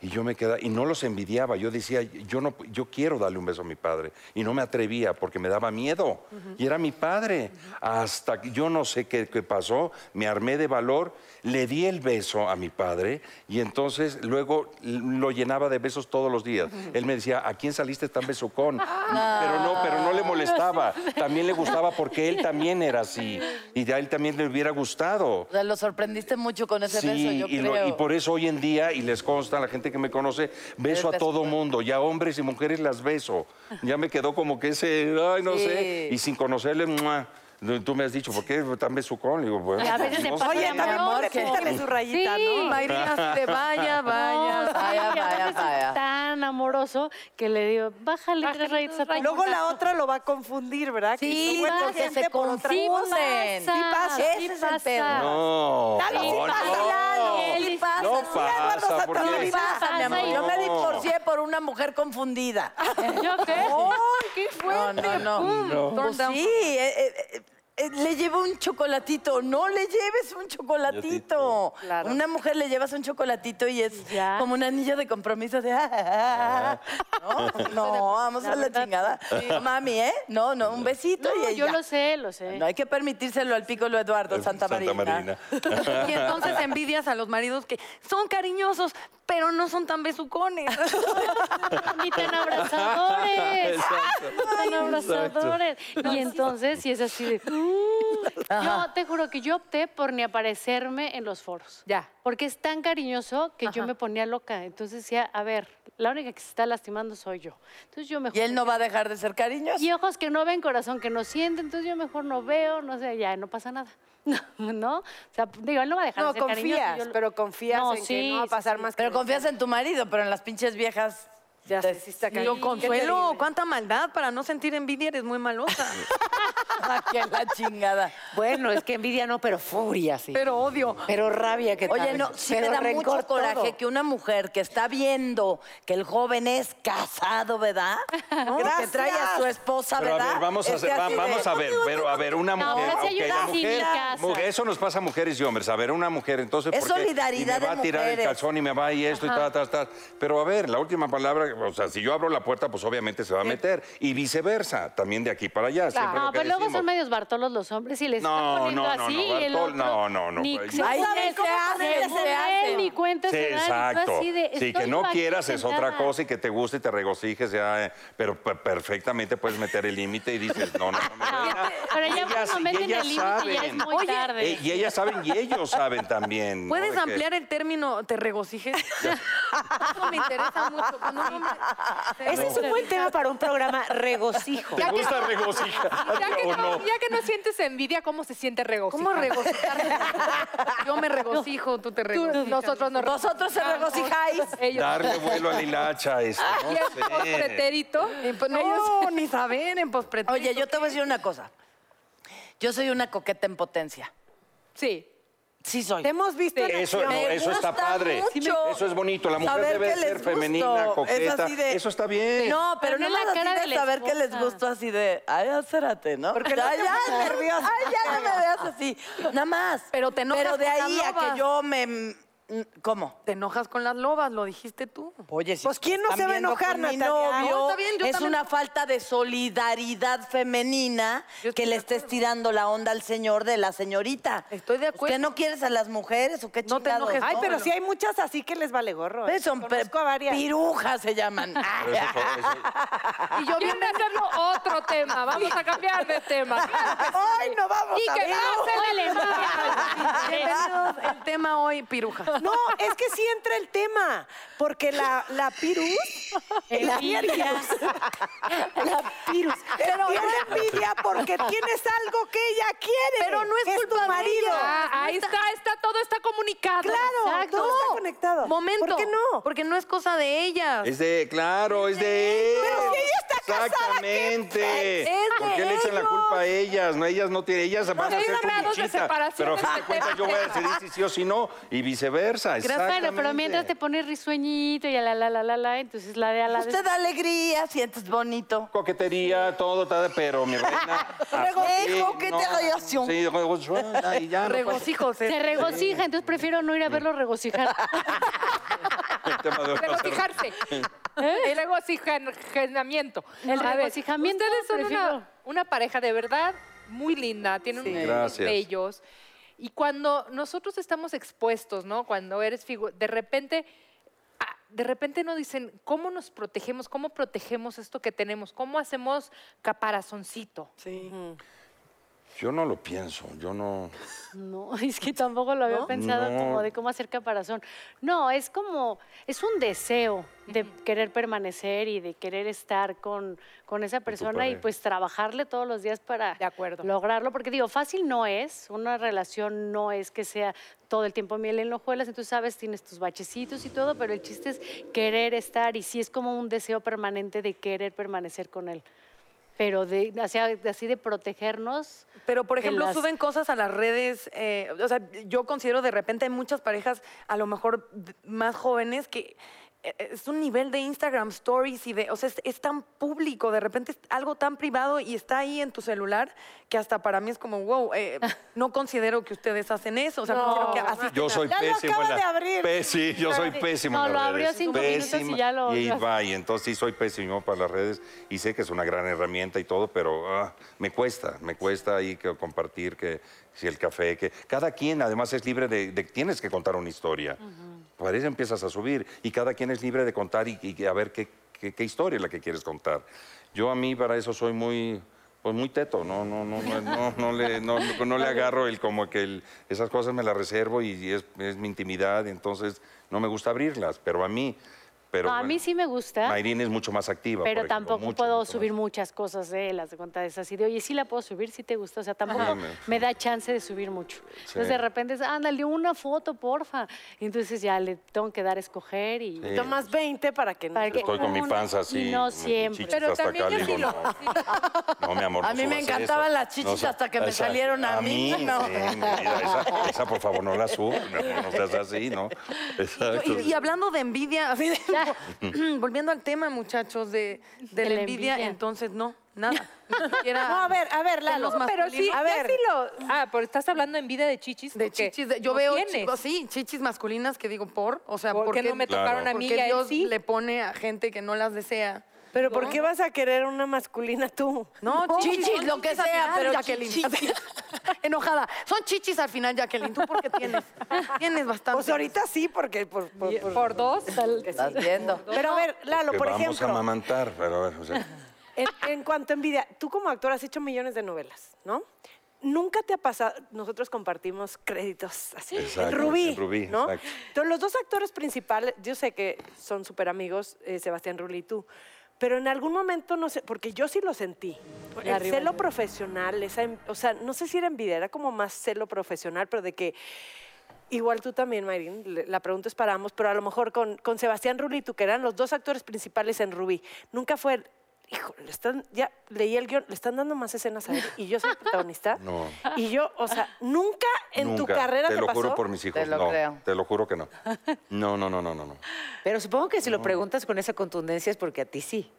Speaker 7: Y yo me quedaba, y no los envidiaba, yo decía, yo, no, yo quiero darle un beso a mi padre. Y no me atrevía porque me daba miedo. Y era mi padre. Hasta que yo no sé qué, qué pasó, me armé de valor, le di el beso a mi padre y entonces luego lo llenaba de besos todos los días. Él me decía, ¿a quién saliste tan besucón? Pero no, pero no le molestaba. También le gustaba porque él también era así. Y a él también le hubiera gustado.
Speaker 2: O sea, lo sorprendiste mucho con ese
Speaker 7: Sí,
Speaker 2: beso, yo
Speaker 7: y, lo-
Speaker 2: creo.
Speaker 7: y por eso hoy en día, y les consta a la gente que me conoce, beso a todo mundo, ya hombres y mujeres las beso. Ya me quedó como que ese, ay, no sé, y sin conocerle, ¡mua! tú me has dicho, ¿por qué tan besucón? Le digo, bueno, pues,
Speaker 8: Y a veces se
Speaker 7: no sé.
Speaker 8: pasa
Speaker 4: Oye,
Speaker 8: de
Speaker 4: también
Speaker 8: amoroso.
Speaker 4: ponle, píntale su rayita,
Speaker 8: Sí.
Speaker 4: ¿no?
Speaker 1: María, así de
Speaker 7: [laughs]
Speaker 1: vaya, vaya.
Speaker 8: No, sí,
Speaker 2: vaya,
Speaker 8: a
Speaker 2: vaya,
Speaker 8: veces es
Speaker 2: vaya.
Speaker 8: tan amoroso que le digo, bájale, tres rayitas a tu
Speaker 4: Luego la
Speaker 8: mostaza".
Speaker 4: otra lo va a confundir, ¿verdad?
Speaker 2: Sí,
Speaker 4: tú encuentras
Speaker 2: porque
Speaker 4: gente
Speaker 2: se
Speaker 4: por otra
Speaker 2: confunde.
Speaker 4: cosa.
Speaker 2: confunden.
Speaker 8: Sí
Speaker 2: Sí
Speaker 8: pasa,
Speaker 2: pasa, ese
Speaker 8: sí
Speaker 2: es el
Speaker 8: pasa.
Speaker 2: pedo.
Speaker 7: No,
Speaker 4: Lalo, sí
Speaker 7: no,
Speaker 4: pasa,
Speaker 7: no,
Speaker 4: Lalo.
Speaker 8: Sí
Speaker 7: no pasa,
Speaker 4: Eduardo
Speaker 7: porque
Speaker 4: Santana,
Speaker 7: eres-
Speaker 4: sí pasa,
Speaker 8: mi amor.
Speaker 2: Yo me
Speaker 7: No.
Speaker 2: divorcié por una mujer confundida.
Speaker 8: ¿Yo qué?
Speaker 4: qué
Speaker 2: No, no, no. Pues
Speaker 1: down.
Speaker 2: sí, eh, eh, eh, eh, le llevo un chocolatito. No le lleves un chocolatito.
Speaker 4: Claro.
Speaker 2: Una mujer le llevas un chocolatito y es
Speaker 8: Ya.
Speaker 2: como un anillo de compromiso de... ah, ah, ah. No, no, vamos a la chingada. Mami, ¿eh? No, no, un besito
Speaker 8: No,
Speaker 2: y
Speaker 8: yo
Speaker 2: ya.
Speaker 8: lo sé, lo sé.
Speaker 2: No hay que permitírselo al pícolo Eduardo Santa Marina.
Speaker 1: [laughs] Y entonces envidias a los maridos que son cariñosos, pero no son tan besucones.
Speaker 8: [laughs] Ni tan abrazadores. Ni tan abrazadores. Y entonces, si es así de. "Mm". Yo te juro que yo opté por ni aparecerme en los foros.
Speaker 3: Ya.
Speaker 8: Porque es tan cariñoso que yo me ponía loca. Entonces decía, a ver, la única que se está lastimando soy yo. Entonces yo mejor.
Speaker 2: Y él no va a dejar de ser cariñoso.
Speaker 8: Y ojos que no ven, corazón que no siente, entonces yo mejor no veo, no sé, ya no pasa nada. [laughs] ¿No? O sea, digo, él no va a dejar
Speaker 4: No,
Speaker 8: de ser cariñoso,
Speaker 4: confías,
Speaker 8: yo lo-
Speaker 4: pero confías en que
Speaker 8: sí,
Speaker 4: no va a
Speaker 8: sí,
Speaker 4: pasar
Speaker 8: sí.
Speaker 4: más que
Speaker 2: Pero confías en tu marido, pero en las pinches viejas... [laughs]
Speaker 4: Ya
Speaker 2: te-
Speaker 4: sé, sí está
Speaker 1: Y yo,
Speaker 4: cañón.
Speaker 1: Consuelo, cuánta maldad para no sentir envidia, eres muy malosa.
Speaker 2: Ah, que la chingada.
Speaker 5: Bueno, es que envidia no, pero furia, sí. Pero,
Speaker 1: Pero odio.
Speaker 5: rabia que
Speaker 2: Oye,
Speaker 5: tal.
Speaker 2: no, sí
Speaker 5: pero
Speaker 2: me da
Speaker 5: rencor,
Speaker 2: mucho coraje
Speaker 5: todo.
Speaker 2: que una mujer que está viendo que el joven es casado, ¿verdad? ¿No? Que trae a su esposa,
Speaker 7: Pero a
Speaker 2: ¿verdad?
Speaker 7: ver, vamos a,
Speaker 2: Esté
Speaker 7: hacer- va-
Speaker 2: así de-
Speaker 7: vamos a ver, pero a ver, una
Speaker 8: No,
Speaker 7: mujer.
Speaker 8: ahora sí hay
Speaker 7: ok, la
Speaker 8: una
Speaker 7: mujer,
Speaker 8: cínicas.
Speaker 7: mujer, eso nos pasa a mujeres y hombres. A ver, una mujer, entonces.
Speaker 2: Es
Speaker 7: ¿por qué?
Speaker 2: solidaridad
Speaker 7: Y me va
Speaker 2: de
Speaker 7: a tirar
Speaker 2: mujeres.
Speaker 7: el calzón y me va y esto y tal, tal, tal. Pero a ver, la última palabra, o sea, si yo abro la puerta, pues obviamente se va a meter. Y viceversa, también de aquí para allá. siempre
Speaker 8: No,
Speaker 7: lo que
Speaker 8: pero luego
Speaker 7: decimos.
Speaker 8: son medios bartolos los hombres y les
Speaker 7: No,
Speaker 8: están poniendo
Speaker 7: no, no,
Speaker 8: así
Speaker 7: no,
Speaker 8: y el
Speaker 7: Bartol,
Speaker 8: otro
Speaker 7: no, no, no,
Speaker 8: Ni,
Speaker 7: pues,
Speaker 8: se
Speaker 2: Ahí
Speaker 8: sabe
Speaker 2: se
Speaker 8: cómo
Speaker 2: hacen,
Speaker 8: se
Speaker 2: se
Speaker 8: mueve,
Speaker 2: hacen.
Speaker 8: Ni cuenta
Speaker 7: Sí,
Speaker 8: se dan, y tú
Speaker 7: exacto.
Speaker 8: así de,
Speaker 7: sí,
Speaker 8: estoy
Speaker 7: que no
Speaker 8: aquí
Speaker 7: quieras es otra
Speaker 8: sentada.
Speaker 7: cosa y que te guste y te regocijes, ya, eh, pero per- perfectamente puedes meter el límite y dices, no, no, no. me venga.
Speaker 8: Pero [laughs] ya
Speaker 7: Ellas-
Speaker 8: cuando
Speaker 7: y
Speaker 8: meten
Speaker 7: ellas
Speaker 8: el límite ya es
Speaker 7: saben.
Speaker 8: muy tarde.
Speaker 7: Eh, Y ellas saben y ellos saben también. ¿no?
Speaker 1: ¿Puedes
Speaker 7: De que-
Speaker 1: ampliar el término te
Speaker 7: [laughs]
Speaker 1: regocijes? Eso me interesa mucho. Cuando un hombre se
Speaker 5: Ese es un buen tema para un programa regocijo.
Speaker 7: ¿Te gusta regocijar
Speaker 3: Ya que,
Speaker 7: o
Speaker 3: no,
Speaker 7: no?
Speaker 3: ya que no sientes envidia, ¿cómo se siente regocijo?
Speaker 1: ¿Cómo regocijarme? [laughs] Yo me regocijo, tú te regocijas.
Speaker 3: Nosotros nos
Speaker 2: Vosotros se regocijáis.
Speaker 3: Ellos.
Speaker 7: Darle vuelo a la hilacha, este,
Speaker 3: Y el
Speaker 7: no sé.
Speaker 3: pretérito.
Speaker 1: En po- No, ni saben en pospretérito.
Speaker 2: Oye, yo te voy a decir una cosa. Yo soy una coqueta en potencia.
Speaker 3: Sí.
Speaker 2: Sí soy.
Speaker 4: Te hemos visto en
Speaker 7: Eso,
Speaker 4: acción.
Speaker 7: no, eso está
Speaker 2: gusta
Speaker 7: padre.
Speaker 2: mucho
Speaker 7: Eso es bonito. La mujer
Speaker 2: saber
Speaker 7: debe
Speaker 2: que
Speaker 7: ser
Speaker 2: les
Speaker 7: femenina,
Speaker 2: gusto. Es
Speaker 7: coqueta.
Speaker 2: así de-
Speaker 7: Eso está bien.
Speaker 2: No, pero
Speaker 8: Poner
Speaker 2: no
Speaker 8: la
Speaker 2: más
Speaker 8: cara
Speaker 2: así
Speaker 8: de
Speaker 2: de
Speaker 8: la
Speaker 2: saber que les
Speaker 8: esposa.
Speaker 2: gustó así de, ay, acérate, ¿no? Porque ya, ya, nerviosa. Ay, ya no me veas así. Nada más.
Speaker 1: Pero te enojas
Speaker 2: Pero de
Speaker 1: con la
Speaker 2: ahí a
Speaker 1: loba.
Speaker 2: que yo me Mm, ¿Cómo?
Speaker 1: Te enojas con las lobas, lo dijiste tú.
Speaker 2: Oye, si
Speaker 4: Pues, ¿quién no
Speaker 2: están
Speaker 4: se va a
Speaker 2: viendo
Speaker 4: enojar,
Speaker 2: con mi
Speaker 4: Natalia?
Speaker 2: novio,
Speaker 4: No,
Speaker 1: está bien, yo
Speaker 2: es
Speaker 1: también-
Speaker 2: una falta de solidaridad femenina
Speaker 1: Yo estoy
Speaker 2: que le
Speaker 1: de acuerdo.
Speaker 2: estés tirando la onda al señor de la señorita.
Speaker 1: Estoy de acuerdo.
Speaker 2: ¿Usted no quieres a las mujeres o qué
Speaker 1: No te
Speaker 2: chingados?
Speaker 1: enojes,
Speaker 4: Ay,
Speaker 1: no,
Speaker 4: pero
Speaker 1: no.
Speaker 4: sí hay muchas así que les vale gorro. ¿eh?
Speaker 2: Pues son pe-
Speaker 4: Conozco a varias.
Speaker 2: pirujas se llaman.
Speaker 3: [laughs] Ah,
Speaker 7: Pero eso fue- eso-
Speaker 3: Y yo viene a hacerlo otro
Speaker 8: [laughs]
Speaker 3: tema. Vamos a cambiar de tema.
Speaker 4: Ay, no vamos
Speaker 3: Y
Speaker 4: a
Speaker 3: que
Speaker 4: ver.
Speaker 3: pasen el
Speaker 8: [laughs]
Speaker 9: [laughs]
Speaker 1: Bienvenidos, el tema hoy, pirujas.
Speaker 4: No, es que sí entra el tema, porque la, la [laughs] pirus,
Speaker 5: La envidia. La pirus.
Speaker 4: pero no envidia porque tienes algo que ella quiere.
Speaker 1: Pero no es
Speaker 4: que
Speaker 1: culpa
Speaker 4: tu
Speaker 1: de
Speaker 4: marido.
Speaker 1: ella.
Speaker 3: Ah, ahí está, está, todo está comunicado.
Speaker 4: Claro, todo está conectado.
Speaker 1: Momento.
Speaker 4: ¿Por qué no?
Speaker 1: Porque no es cosa de ellas.
Speaker 7: Es de, claro, es de ellos.
Speaker 4: Pero si ella está casada,
Speaker 7: Exactamente.
Speaker 1: Es de
Speaker 7: ¿Por qué le echan la
Speaker 1: ellos.
Speaker 7: culpa a ellas? No, ellas no tienen, ellas van a
Speaker 3: sí,
Speaker 7: hacer su
Speaker 3: dame dos de
Speaker 7: luchita,
Speaker 3: separación
Speaker 7: Pero a fin de
Speaker 3: este
Speaker 7: cuentas yo voy a decidir si sí o si no y viceversa.
Speaker 9: Bueno, pero
Speaker 7: exactamente.
Speaker 9: mientras te pones risueñito y a la la la la la, entonces la de a la de-
Speaker 2: Usted da alegría, sientes bonito.
Speaker 7: Coquetería, todo, tal, pero mi reina.
Speaker 2: Regocijo,
Speaker 7: así,
Speaker 2: ¿qué
Speaker 7: no.
Speaker 2: te relación?
Speaker 7: Sí, regocijo, y ya. no pasa
Speaker 1: Regocijos, ¿eh?
Speaker 9: se regocija, entonces prefiero no ir a verlo regocijar.
Speaker 7: el tema de-
Speaker 3: Regocijarse.
Speaker 8: ¿Eh?
Speaker 3: El regocijamiento.
Speaker 9: El
Speaker 3: A ver,
Speaker 9: regocijamiento,
Speaker 3: Ustedes son
Speaker 9: prefiero.
Speaker 3: una, una pareja de verdad muy linda, ah, tienen unos hijos
Speaker 7: Gracias.
Speaker 3: bellos. Y cuando nosotros estamos expuestos, ¿no? Cuando eres figura, de repente, ah, de repente nos dicen, ¿cómo nos protegemos? ¿Cómo protegemos esto que tenemos? ¿Cómo hacemos caparazoncito?
Speaker 1: Sí.
Speaker 7: Yo no lo pienso, yo no.
Speaker 9: No, [laughs] es que tampoco lo había pensado como
Speaker 7: No.
Speaker 9: de cómo hacer caparazón. No, es como, es un deseo de querer permanecer y de querer estar con, con esa persona y
Speaker 7: pareja.
Speaker 9: pues trabajarle todos los días para
Speaker 3: De acuerdo.
Speaker 9: lograrlo. Porque digo, fácil no es, una relación no es que sea todo el tiempo miel en hojuelas, entonces sabes, tienes tus bachecitos y todo, pero el chiste es querer estar y sí es como un deseo permanente de querer permanecer con él. Pero de, así, así de protegernos.
Speaker 1: Pero, por
Speaker 9: de
Speaker 1: ejemplo,
Speaker 9: las-
Speaker 1: suben cosas a las redes. eh, o sea, yo considero de repente hay muchas parejas, a lo mejor d- más jóvenes, que eh, eh, es un nivel de Instagram Stories y de. O sea, es, es tan público, de repente es algo tan privado y está ahí en tu celular que hasta para mí es como, wow,
Speaker 3: [laughs]
Speaker 1: eh, no considero que ustedes hacen eso. O sea, considero que así.
Speaker 7: Yo soy
Speaker 4: Ya lo
Speaker 7: pésimo. en
Speaker 4: acaba
Speaker 7: la-
Speaker 4: de abrir.
Speaker 7: Pe- sí, yo soy pésimo.
Speaker 9: No,
Speaker 7: en
Speaker 9: lo
Speaker 7: las
Speaker 9: abrió
Speaker 7: redes.
Speaker 9: cinco minutos y
Speaker 7: Pésimo.
Speaker 9: ya lo-
Speaker 7: Y va, y entonces sí soy pésimo para las redes y sé que es una gran herramienta y todo, pero ah, me cuesta, me cuesta ahí que compartir que si el café, que cada quien además es libre de, de- tienes que contar una historia. Para eso empiezas a subir y cada quien es libre de contar y, y a ver qué, qué- qué historia es la que quieres contar. Yo a mí para eso soy muy... Pues muy teto, no, no, no, no, no, no le, no,
Speaker 9: [laughs]
Speaker 7: no le agarro el como que el- esas cosas me las reservo y, es, es mi intimidad, entonces no me gusta abrirlas, pero a mí, pero
Speaker 9: No, a
Speaker 7: bueno,
Speaker 9: mí sí me gusta.
Speaker 7: Mayrin es mucho más activa.
Speaker 9: Pero
Speaker 7: por ejemplo,
Speaker 9: tampoco
Speaker 7: mucho,
Speaker 9: puedo
Speaker 7: mucho más.
Speaker 9: subir muchas cosas de las de cuenta de esas. Y de, oye, sí la puedo subir, si te gusta. O sea, tampoco
Speaker 7: no.
Speaker 9: me da chance de subir mucho. Entonces, de repente es, ándale, una foto, porfa. Y entonces ya le tengo que dar a escoger y...
Speaker 7: Sí.
Speaker 4: Tomas 20 para que no.
Speaker 9: Para que-
Speaker 7: Estoy con mi
Speaker 9: una
Speaker 7: panza
Speaker 9: y
Speaker 7: así.
Speaker 9: no
Speaker 7: mis
Speaker 9: siempre.
Speaker 7: chichis
Speaker 3: Pero
Speaker 7: hasta acá,
Speaker 3: también
Speaker 7: digo,
Speaker 3: así lo-
Speaker 7: no, no, mi amor.
Speaker 2: A
Speaker 7: no
Speaker 2: mí me
Speaker 7: subas eso.
Speaker 2: encantaban las chichis
Speaker 7: sub-
Speaker 2: hasta que me salieron a mí, no.
Speaker 7: sí, mi vida, esa, esa, por favor, no la subas. mi amor, No seas
Speaker 2: [laughs]
Speaker 7: así, ¿no? Exacto.
Speaker 1: Y, y hablando de envidia, así de-
Speaker 4: [clears throat]
Speaker 1: volviendo al tema, muchachos, de,
Speaker 9: De
Speaker 1: de la
Speaker 9: la
Speaker 1: envidia,
Speaker 9: envidia.
Speaker 1: entonces no,
Speaker 4: [laughs]
Speaker 1: nada. Ni
Speaker 9: [laughs]
Speaker 1: siquiera-
Speaker 4: No, a ver, a ver, Lalo.
Speaker 1: los
Speaker 3: Pero sí,
Speaker 1: masculinos.
Speaker 3: a
Speaker 4: A
Speaker 3: ver.
Speaker 4: ver.
Speaker 3: Ah, pero estás hablando en vida de chichis.
Speaker 1: De
Speaker 3: porque
Speaker 1: chichis, de- yo
Speaker 3: no
Speaker 1: veo
Speaker 3: tienes.
Speaker 1: chi- sí, chichis masculinas que digo por, o sea,
Speaker 3: ¿Por, qué no me
Speaker 7: Claro.
Speaker 3: tocaron a
Speaker 1: por
Speaker 3: mí
Speaker 1: qué
Speaker 3: y a él
Speaker 1: Dios
Speaker 3: sí?
Speaker 1: le pone a gente que no las desea?
Speaker 4: Pero ¿por qué vas a querer una masculina tú?
Speaker 1: No,
Speaker 2: chichis, lo
Speaker 1: son
Speaker 2: que
Speaker 1: chichis al
Speaker 2: sea,
Speaker 1: final,
Speaker 2: pero
Speaker 1: Jacqueline.
Speaker 2: chichis.
Speaker 1: [laughs] Enojada. Son chichis al final, Jacqueline. ¿Tú por qué tienes?
Speaker 9: [laughs]
Speaker 1: tienes bastante.
Speaker 4: Pues ahorita sí, porque por, por- por-
Speaker 3: Por dos.
Speaker 2: Estás viendo.
Speaker 4: Pero a ver, Lalo,
Speaker 7: que
Speaker 4: por
Speaker 7: vamos a
Speaker 4: ejemplo,
Speaker 7: amamantar, pero a ver, o sea,
Speaker 4: en, en cuanto a envidia, tú como actor has hecho millones de novelas, ¿no? Nunca te ha pasado, nosotros compartimos créditos así, en
Speaker 7: Exacto,
Speaker 4: Rubí,
Speaker 7: en Rubí,
Speaker 4: ¿no?
Speaker 7: exacto.
Speaker 4: Entonces, los dos actores principales, yo sé que son súper amigos, eh, Sebastián Rulli y tú, pero en algún momento, no sé, porque yo sí lo sentí, el celo profesional, esa, en- o sea, no sé si era envidia, era como más celo profesional, pero de que Igual tú también, Mayrin, le- la pregunta es para ambos, pero a lo mejor con, con Sebastián Rulli y tú, que eran los dos actores principales en Rubí, nunca fue el, hijo, le están, ya leí el guión, le están dando más escenas a él y yo soy el protagonista.
Speaker 7: [laughs] No.
Speaker 4: Y yo, o sea, nunca en tu
Speaker 7: nunca,
Speaker 4: carrera
Speaker 7: Te
Speaker 4: te,
Speaker 7: lo
Speaker 4: pasó.
Speaker 7: juro por mis hijos,
Speaker 5: Te lo
Speaker 7: no.
Speaker 5: creo.
Speaker 7: Te lo juro que no. No, no, no, no, no, no.
Speaker 5: Pero supongo que si lo preguntas con esa contundencia es porque a ti sí.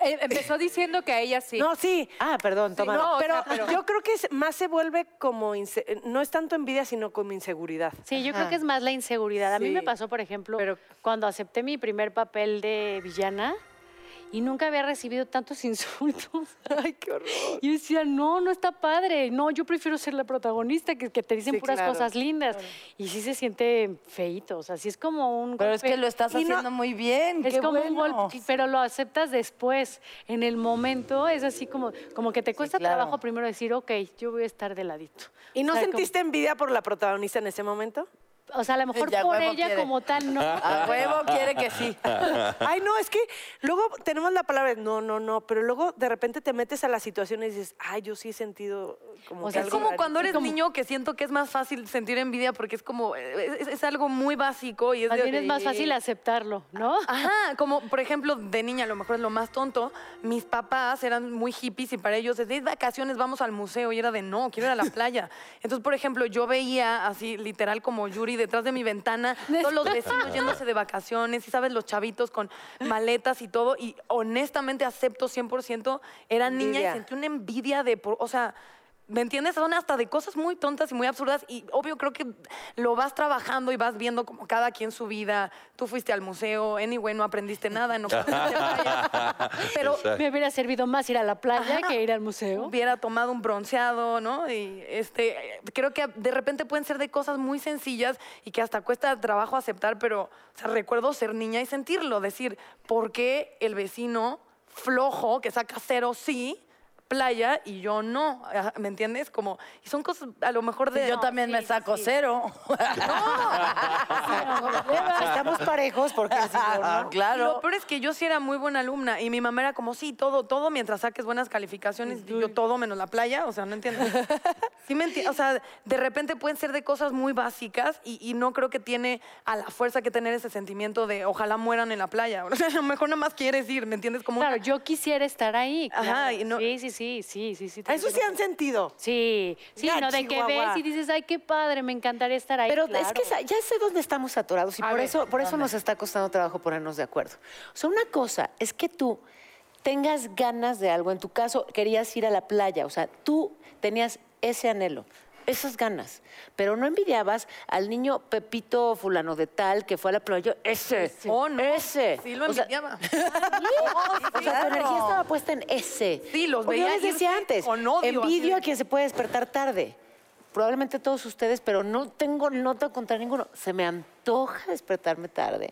Speaker 10: eh, empezó diciendo que a ella sí.
Speaker 4: No, sí.
Speaker 5: Ah, perdón,
Speaker 4: Sí,
Speaker 5: toma.
Speaker 4: no,
Speaker 10: o
Speaker 4: pero,
Speaker 10: sea, pero-
Speaker 4: yo creo que es- más se vuelve como, inse- no es tanto envidia, sino como inseguridad.
Speaker 3: Sí, yo creo que es más la inseguridad. A mí me
Speaker 4: Sí.
Speaker 3: pasó, por ejemplo,
Speaker 10: Pero-
Speaker 3: cuando acepté mi primer papel de villana y nunca había recibido tantos [laughs] insultos. Ay, qué horror. Y decía, no, no está padre. No, yo prefiero ser la protagonista, que, que te dicen
Speaker 4: Sí,
Speaker 3: puras
Speaker 4: claro,
Speaker 3: cosas lindas. Y sí se siente feíto, o sea, sí es como un...
Speaker 2: Pero es
Speaker 3: golpe-
Speaker 2: que lo estás
Speaker 3: Y no-
Speaker 2: haciendo muy bien.
Speaker 3: es
Speaker 2: qué
Speaker 3: como un
Speaker 2: bueno.
Speaker 3: golpe, pero lo aceptas después. En el momento es así como, como que te cuesta
Speaker 2: claro.
Speaker 3: trabajo primero decir, ok, yo voy a estar de ladito.
Speaker 4: ¿Y no
Speaker 3: O sea, como-
Speaker 4: sentiste envidia por la protagonista en ese momento?
Speaker 3: o sea, a lo
Speaker 2: [laughs]
Speaker 3: mejor
Speaker 2: Ya
Speaker 3: por
Speaker 2: huevo
Speaker 3: ella
Speaker 2: quiere.
Speaker 3: como tal no.
Speaker 2: A huevo quiere que
Speaker 3: [laughs]
Speaker 2: sí.
Speaker 4: [laughs] Ay, no, es que luego tenemos la palabra, no, no, no, pero luego de repente te metes a la situación y dices, ay, yo sí he sentido como
Speaker 3: O
Speaker 4: que
Speaker 3: sea,
Speaker 1: Es
Speaker 4: algo
Speaker 1: como
Speaker 4: rarito".
Speaker 1: cuando eres
Speaker 3: como-
Speaker 1: niño que siento que es más fácil sentir envidia porque es como, eh, es, es algo muy básico y es
Speaker 3: Más
Speaker 1: de- Ah,
Speaker 3: bien es más fácil aceptarlo, ¿no?
Speaker 1: Ajá, como por ejemplo de niña, a lo mejor es lo más tonto, mis papás eran muy hippies y para ellos es de vacaciones, vamos al museo y era de no, quiero ir a la playa. Entonces, por ejemplo, yo veía así literal como Yuri detrás de mi
Speaker 3: [laughs]
Speaker 1: ventana, todos los vecinos yéndose de vacaciones y sabes, los chavitos con maletas y todo y honestamente acepto 100%, era niña
Speaker 4: Envidia.
Speaker 1: y sentí una envidia de, por- o sea... ¿Me entiendes? Son hasta de cosas muy tontas y muy absurdas. Y obvio, creo que lo vas trabajando y vas viendo como cada quien su vida. Tú fuiste al museo, anyway, no aprendiste nada, no conociste playa. Pero
Speaker 3: Me hubiera servido más ir a la playa
Speaker 1: Ajá.
Speaker 3: que ir al museo.
Speaker 1: hubiera tomado un bronceado, ¿no? Y este, eh, creo que de repente pueden ser de cosas muy sencillas y que hasta cuesta trabajo aceptar, pero o sea, recuerdo ser niña y sentirlo, decir, ¿por qué el vecino flojo que saca cero sí? playa y yo no, Ajá, ¿me entiendes? Como, y son cosas a lo mejor de... ah,
Speaker 2: Yo también me saco cero.
Speaker 5: Si Estamos parejos porque si no, no.
Speaker 1: Lo
Speaker 2: claro.
Speaker 1: peor es que yo sí era muy buena alumna y mi mamá era como, sí, todo, todo mientras saques buenas calificaciones. Y yo todo menos la playa, o sea, no entiendo. sí me enti- O sea, de repente pueden ser de cosas muy básicas y, y no creo que tiene a la fuerza que tener ese sentimiento de ojalá mueran en la playa. [laughs] O sea, a lo mejor nada más quieres ir, ¿me entiendes? Como una-
Speaker 3: Claro, yo quisiera estar ahí.
Speaker 1: Ajá,
Speaker 3: claro.
Speaker 1: y no-
Speaker 3: Sí, sí, sí, sí, sí, sí.
Speaker 4: Ah, Eso sí han sentido.
Speaker 3: Sí, sí,
Speaker 4: Ya,
Speaker 3: no, de que
Speaker 4: Chihuahua.
Speaker 3: ves y dices, ay, qué padre, me encantaría estar ahí.
Speaker 5: Pero es
Speaker 3: claro.
Speaker 5: que sa- ya sé dónde estamos saturados y por eso, por eso nos está costando trabajo ponernos de acuerdo. O sea, una cosa es que tú tengas ganas de algo. En tu caso, querías ir a la playa. O sea, tú tenías ese anhelo, esas ganas. Pero no envidiabas al niño Pepito fulano de tal que fue a la playa. Ese,
Speaker 1: Oh, no.
Speaker 5: ese.
Speaker 1: Sí, lo
Speaker 5: O sea,
Speaker 1: envidiaba.
Speaker 5: o sea, tu energía estaba puesta en ese.
Speaker 1: Sí, los
Speaker 5: O
Speaker 1: veía
Speaker 5: Yo les
Speaker 1: irse
Speaker 5: decía antes,
Speaker 1: con odio, así
Speaker 5: envidio
Speaker 1: de-
Speaker 5: a quien se puede despertar tarde. Probablemente todos ustedes, pero no tengo nota contra ninguno. Se me antoja despertarme tarde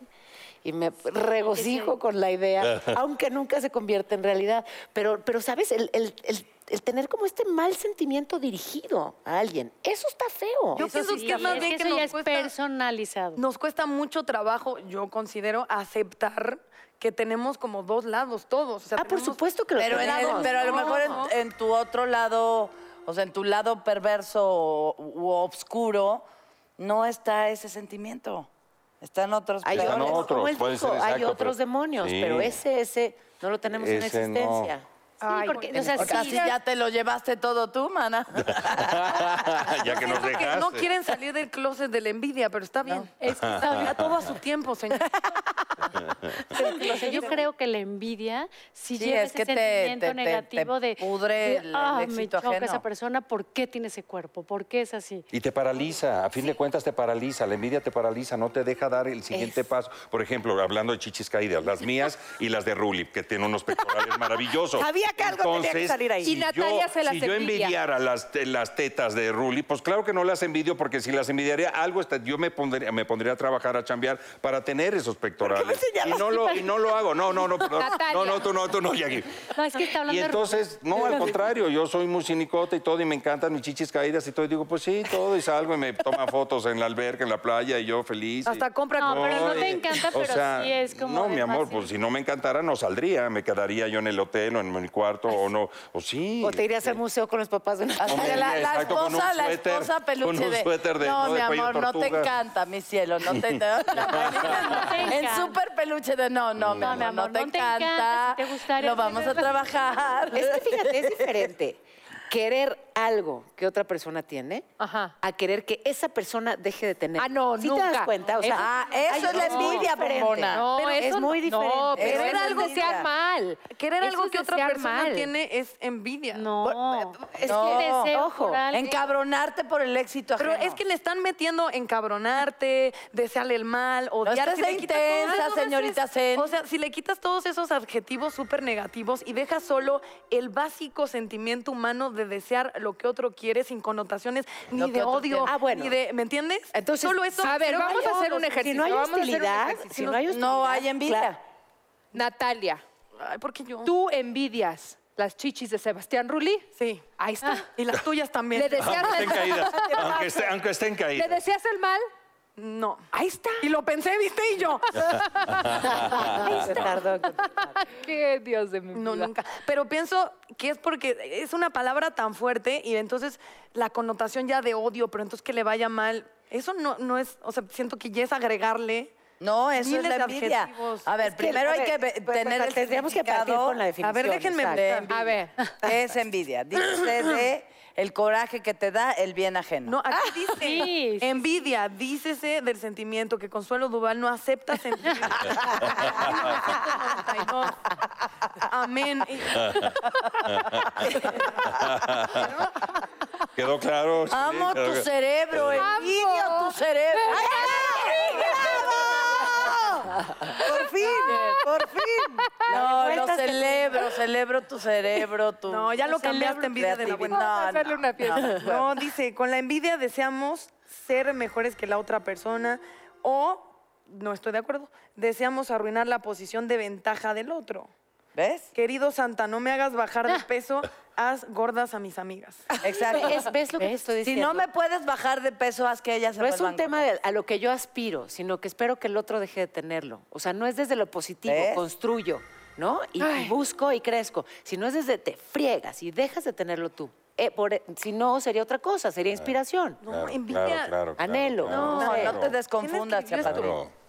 Speaker 5: y me regocijo con la
Speaker 7: [laughs]
Speaker 5: idea, aunque nunca se convierta en realidad. Pero, pero ¿sabes? El, el- el- el tener como este mal sentimiento dirigido a alguien, eso está feo.
Speaker 1: Yo
Speaker 3: Eso
Speaker 1: pienso
Speaker 3: sí,
Speaker 1: que más
Speaker 3: es
Speaker 1: bien
Speaker 3: que
Speaker 1: que
Speaker 3: eso ya
Speaker 1: nos
Speaker 3: es
Speaker 1: cuesta-
Speaker 3: personalizado.
Speaker 1: Nos cuesta mucho trabajo, yo considero, aceptar que tenemos como dos lados todos. O sea,
Speaker 5: ah, por
Speaker 1: tenemos-
Speaker 5: supuesto que lo
Speaker 2: Pero, en el-
Speaker 5: tenemos.
Speaker 2: pero a lo
Speaker 1: no.
Speaker 2: mejor en, en tu otro lado, o sea, en tu lado perverso o- u obscuro, no está ese sentimiento. Están otros.
Speaker 5: Hay
Speaker 7: Están
Speaker 5: otros,
Speaker 7: otros,
Speaker 5: como él
Speaker 7: puede
Speaker 5: dijo,
Speaker 7: ser,
Speaker 5: hay
Speaker 7: exacto,
Speaker 5: otros
Speaker 7: pero-
Speaker 5: demonios,
Speaker 7: Sí.
Speaker 5: pero ese, ese no lo tenemos en
Speaker 7: Ese no.
Speaker 5: existencia.
Speaker 3: Sí, porque, o sea,
Speaker 2: O sea,
Speaker 3: sí,
Speaker 2: si ya te lo llevaste todo tú,
Speaker 3: [laughs]
Speaker 2: mana.
Speaker 7: ya que nos
Speaker 1: Siento que
Speaker 7: dejaste.
Speaker 1: no quieren salir del closet de la envidia, pero está bien.
Speaker 3: es que está bien.
Speaker 1: A todo a su tiempo,
Speaker 3: [laughs]
Speaker 1: señor.
Speaker 3: O sea, yo creo que la envidia si
Speaker 2: Sí,
Speaker 3: lleva
Speaker 2: es que
Speaker 3: ese
Speaker 2: te-
Speaker 3: sentimiento
Speaker 2: te- te-
Speaker 3: negativo
Speaker 2: te
Speaker 3: de
Speaker 2: pudre
Speaker 3: de,
Speaker 2: el- el
Speaker 3: "Ah, me
Speaker 2: éxito
Speaker 3: choca
Speaker 2: ajeno".
Speaker 3: esa persona, ¿por qué tiene ese cuerpo? ¿Por qué es así?
Speaker 7: Y te paraliza, a fin de cuentas te paraliza, la envidia te paraliza, no te deja dar el siguiente paso. Por ejemplo, hablando de chichis caídas, las mías y las de Ruli, que tiene unos
Speaker 4: [laughs]
Speaker 7: pectorales maravillosos.
Speaker 4: Sabía que algo tenía que salir ahí.
Speaker 7: Si
Speaker 10: Y Natalia
Speaker 7: yo,
Speaker 10: se las
Speaker 7: si yo
Speaker 10: envidia.
Speaker 7: envidiara las, te- las tetas de Ruli, pues claro que no las envidio, porque si las envidiaría algo, está- yo me pondría, me pondría a trabajar, a chambear, para tener esos pectorales. Y no, lo, y no lo hago, no, no,
Speaker 4: [laughs]
Speaker 7: no, perdón.
Speaker 10: Natalia.
Speaker 7: No, no, tú no, tú no, Jackie.
Speaker 3: No, es que está hablando
Speaker 7: Y
Speaker 3: de-
Speaker 7: entonces, no, al contrario, yo soy muy cinicota y todo, y me encantan mis chichis caídas y todo, y digo, pues sí, todo, y salgo y me toma fotos en la alberca, en la playa, y yo feliz. y-
Speaker 1: Hasta compra
Speaker 3: No, pero no
Speaker 7: y-
Speaker 3: te encanta,
Speaker 7: o
Speaker 3: pero
Speaker 7: sea,
Speaker 3: sí es como
Speaker 7: No,
Speaker 3: de
Speaker 7: mi amor,
Speaker 3: fácil.
Speaker 7: pues si no me encantara, no saldría, me quedaría yo en el hotel o en mi cuarto, o no, o sí.
Speaker 5: O te irías al museo con los papás de una [laughs]
Speaker 2: O sea, la, la
Speaker 7: Exacto, con un
Speaker 2: esposa, la
Speaker 7: suéter,
Speaker 2: esposa peluche
Speaker 7: con un
Speaker 2: de-
Speaker 7: suéter de-
Speaker 2: No,
Speaker 7: no, de
Speaker 2: mi
Speaker 7: cuello
Speaker 2: amor, no te
Speaker 7: tortuga".
Speaker 2: encanta, mi cielo. No te,
Speaker 7: [laughs]
Speaker 2: el
Speaker 3: encanta.
Speaker 2: súper peluche de no, no, mi amor, no,
Speaker 3: amor,
Speaker 2: te,
Speaker 3: no te
Speaker 2: encanta.
Speaker 3: encanta, si te gustaría-
Speaker 5: [laughs]
Speaker 2: lo vamos a trabajar.
Speaker 5: Es que fíjate, es diferente querer algo que otra persona tiene
Speaker 3: Ajá.
Speaker 5: a querer que esa persona deje de tener.
Speaker 3: Ah, no,
Speaker 5: ¿Sí
Speaker 3: nunca.
Speaker 5: te das cuenta? O sea,
Speaker 2: Ah, eso es la
Speaker 5: no,
Speaker 2: envidia,
Speaker 5: diferente.
Speaker 2: Pomona.
Speaker 3: No,
Speaker 5: Pero
Speaker 3: eso
Speaker 5: es muy
Speaker 3: no,
Speaker 5: diferente.
Speaker 3: No, pero
Speaker 2: Eso
Speaker 3: es
Speaker 2: es
Speaker 3: algo que
Speaker 2: envidia.
Speaker 3: sea mal.
Speaker 1: Querer
Speaker 3: Eso
Speaker 1: algo
Speaker 3: es
Speaker 1: que otra
Speaker 3: desear
Speaker 1: persona
Speaker 3: mal.
Speaker 1: tiene es envidia.
Speaker 11: No.
Speaker 5: Es
Speaker 2: No,
Speaker 5: que,
Speaker 11: deseo
Speaker 5: ojo,
Speaker 11: por alguien.
Speaker 2: Encabronarte por el éxito
Speaker 1: Pero
Speaker 2: ajeno.
Speaker 1: es que le están metiendo encabronarte, desearle el mal,
Speaker 2: No
Speaker 1: odiar.
Speaker 2: estés
Speaker 1: Si
Speaker 2: de
Speaker 1: le quitas todos
Speaker 2: intensa,
Speaker 1: esos-
Speaker 2: señorita Zen.
Speaker 1: O sea, si le quitas todos esos adjetivos súper negativos y dejas solo el básico sentimiento humano de desear lo que otro quiere sin connotaciones
Speaker 2: Lo
Speaker 1: ni
Speaker 2: que
Speaker 1: de
Speaker 2: otro
Speaker 1: odio,
Speaker 5: quiere. Ah, bueno.
Speaker 1: ni de, ¿me entiendes?
Speaker 5: Entonces,
Speaker 1: solo eso.
Speaker 3: a ver,
Speaker 1: si no
Speaker 3: vamos
Speaker 1: hay
Speaker 3: a hacer un
Speaker 1: otros-
Speaker 5: si
Speaker 3: ejercicio.
Speaker 5: no hay
Speaker 3: vamos a hacer un
Speaker 5: hostilidad,
Speaker 3: ejercicio.
Speaker 5: si no hay hostilidad.
Speaker 2: No hay envidia.
Speaker 5: claro.
Speaker 3: Natalia,
Speaker 1: Ay, ¿por qué yo?
Speaker 3: tú envidias las chichis de Sebastián Rulli.
Speaker 1: Sí. Ah,
Speaker 3: Ahí está.
Speaker 1: Y las tuyas también. Ah,
Speaker 3: Le deseas
Speaker 7: Aunque esté en
Speaker 3: el,
Speaker 5: [laughs]
Speaker 7: caída. Aunque esté, aunque esté en
Speaker 3: le
Speaker 7: caída.
Speaker 3: deseas el mal.
Speaker 1: No.
Speaker 3: Ahí está.
Speaker 1: Y lo pensé, viste, y
Speaker 3: [laughs]
Speaker 1: yo.
Speaker 5: Se tardó en contestar.
Speaker 3: [laughs] Qué Dios de mi vida.
Speaker 1: No, nunca. Pero pienso que es porque es una palabra tan fuerte y entonces la connotación ya de odio, pero entonces que le vaya mal, eso no, no es, o sea, siento que ya es agregarle.
Speaker 2: No, eso es
Speaker 1: Miles
Speaker 2: la
Speaker 1: de
Speaker 2: envidia.
Speaker 1: adjetivos.
Speaker 2: A ver,
Speaker 5: Es que,
Speaker 2: primero
Speaker 5: a
Speaker 2: hay que
Speaker 5: ver,
Speaker 2: ve-
Speaker 5: pues,
Speaker 2: tener
Speaker 5: pues,
Speaker 2: el
Speaker 5: tendríamos que partir
Speaker 2: significado
Speaker 5: con la
Speaker 2: de
Speaker 5: definición.
Speaker 1: A ver, déjenme
Speaker 5: exacto.
Speaker 2: ver.
Speaker 1: ver.
Speaker 3: A ver.
Speaker 2: ¿Qué es envidia? Dice de el coraje que te da el bien ajeno.
Speaker 1: No, aquí dice
Speaker 11: Ah, sí, sí,
Speaker 1: envidia, dícese del sentimiento que Consuelo Duval no acepta sentir.
Speaker 11: [laughs]
Speaker 1: 1992. Amén.
Speaker 7: ¿Quedó claro? Sí,
Speaker 2: Amo
Speaker 7: quedó
Speaker 2: tu
Speaker 7: claro.
Speaker 2: cerebro, envidio tu cerebro. ¡Bravo! Por fin,
Speaker 1: [laughs]
Speaker 2: por fin. No, lo celebro, celebro tu cerebro, tu.
Speaker 1: No, ya lo cambiaste envidia de la buena.
Speaker 3: Vamos a hacerle una fiesta.
Speaker 1: No, dice, con la envidia deseamos ser mejores que la otra persona o, no estoy de acuerdo, deseamos arruinar la posición de ventaja del otro.
Speaker 2: ¿Ves?
Speaker 1: Querido Santa, no me hagas bajar
Speaker 4: Ah.
Speaker 1: de peso, haz gordas a mis amigas.
Speaker 2: Exacto.
Speaker 5: Es- ¿Ves lo que te estoy
Speaker 2: Si
Speaker 5: diciendo?
Speaker 2: no me puedes bajar de peso, haz que ellas se
Speaker 5: No es
Speaker 2: vuelvan
Speaker 5: un tema de- a lo que yo aspiro, sino que espero que el otro deje de tenerlo. O sea, no es desde lo positivo,
Speaker 2: ¿Ves?
Speaker 5: construyo, ¿no? Y, y busco y crezco. Si no es desde te friegas y dejas de tenerlo tú. Eh, por- si no, sería otra cosa, sería inspiración.
Speaker 7: Claro,
Speaker 1: envidia.
Speaker 7: claro, claro, claro,
Speaker 5: Anhelo.
Speaker 7: claro,
Speaker 5: No,
Speaker 7: claro.
Speaker 2: gordas. No te desconfundas,
Speaker 1: Tienes
Speaker 2: chaparro.
Speaker 7: Claro.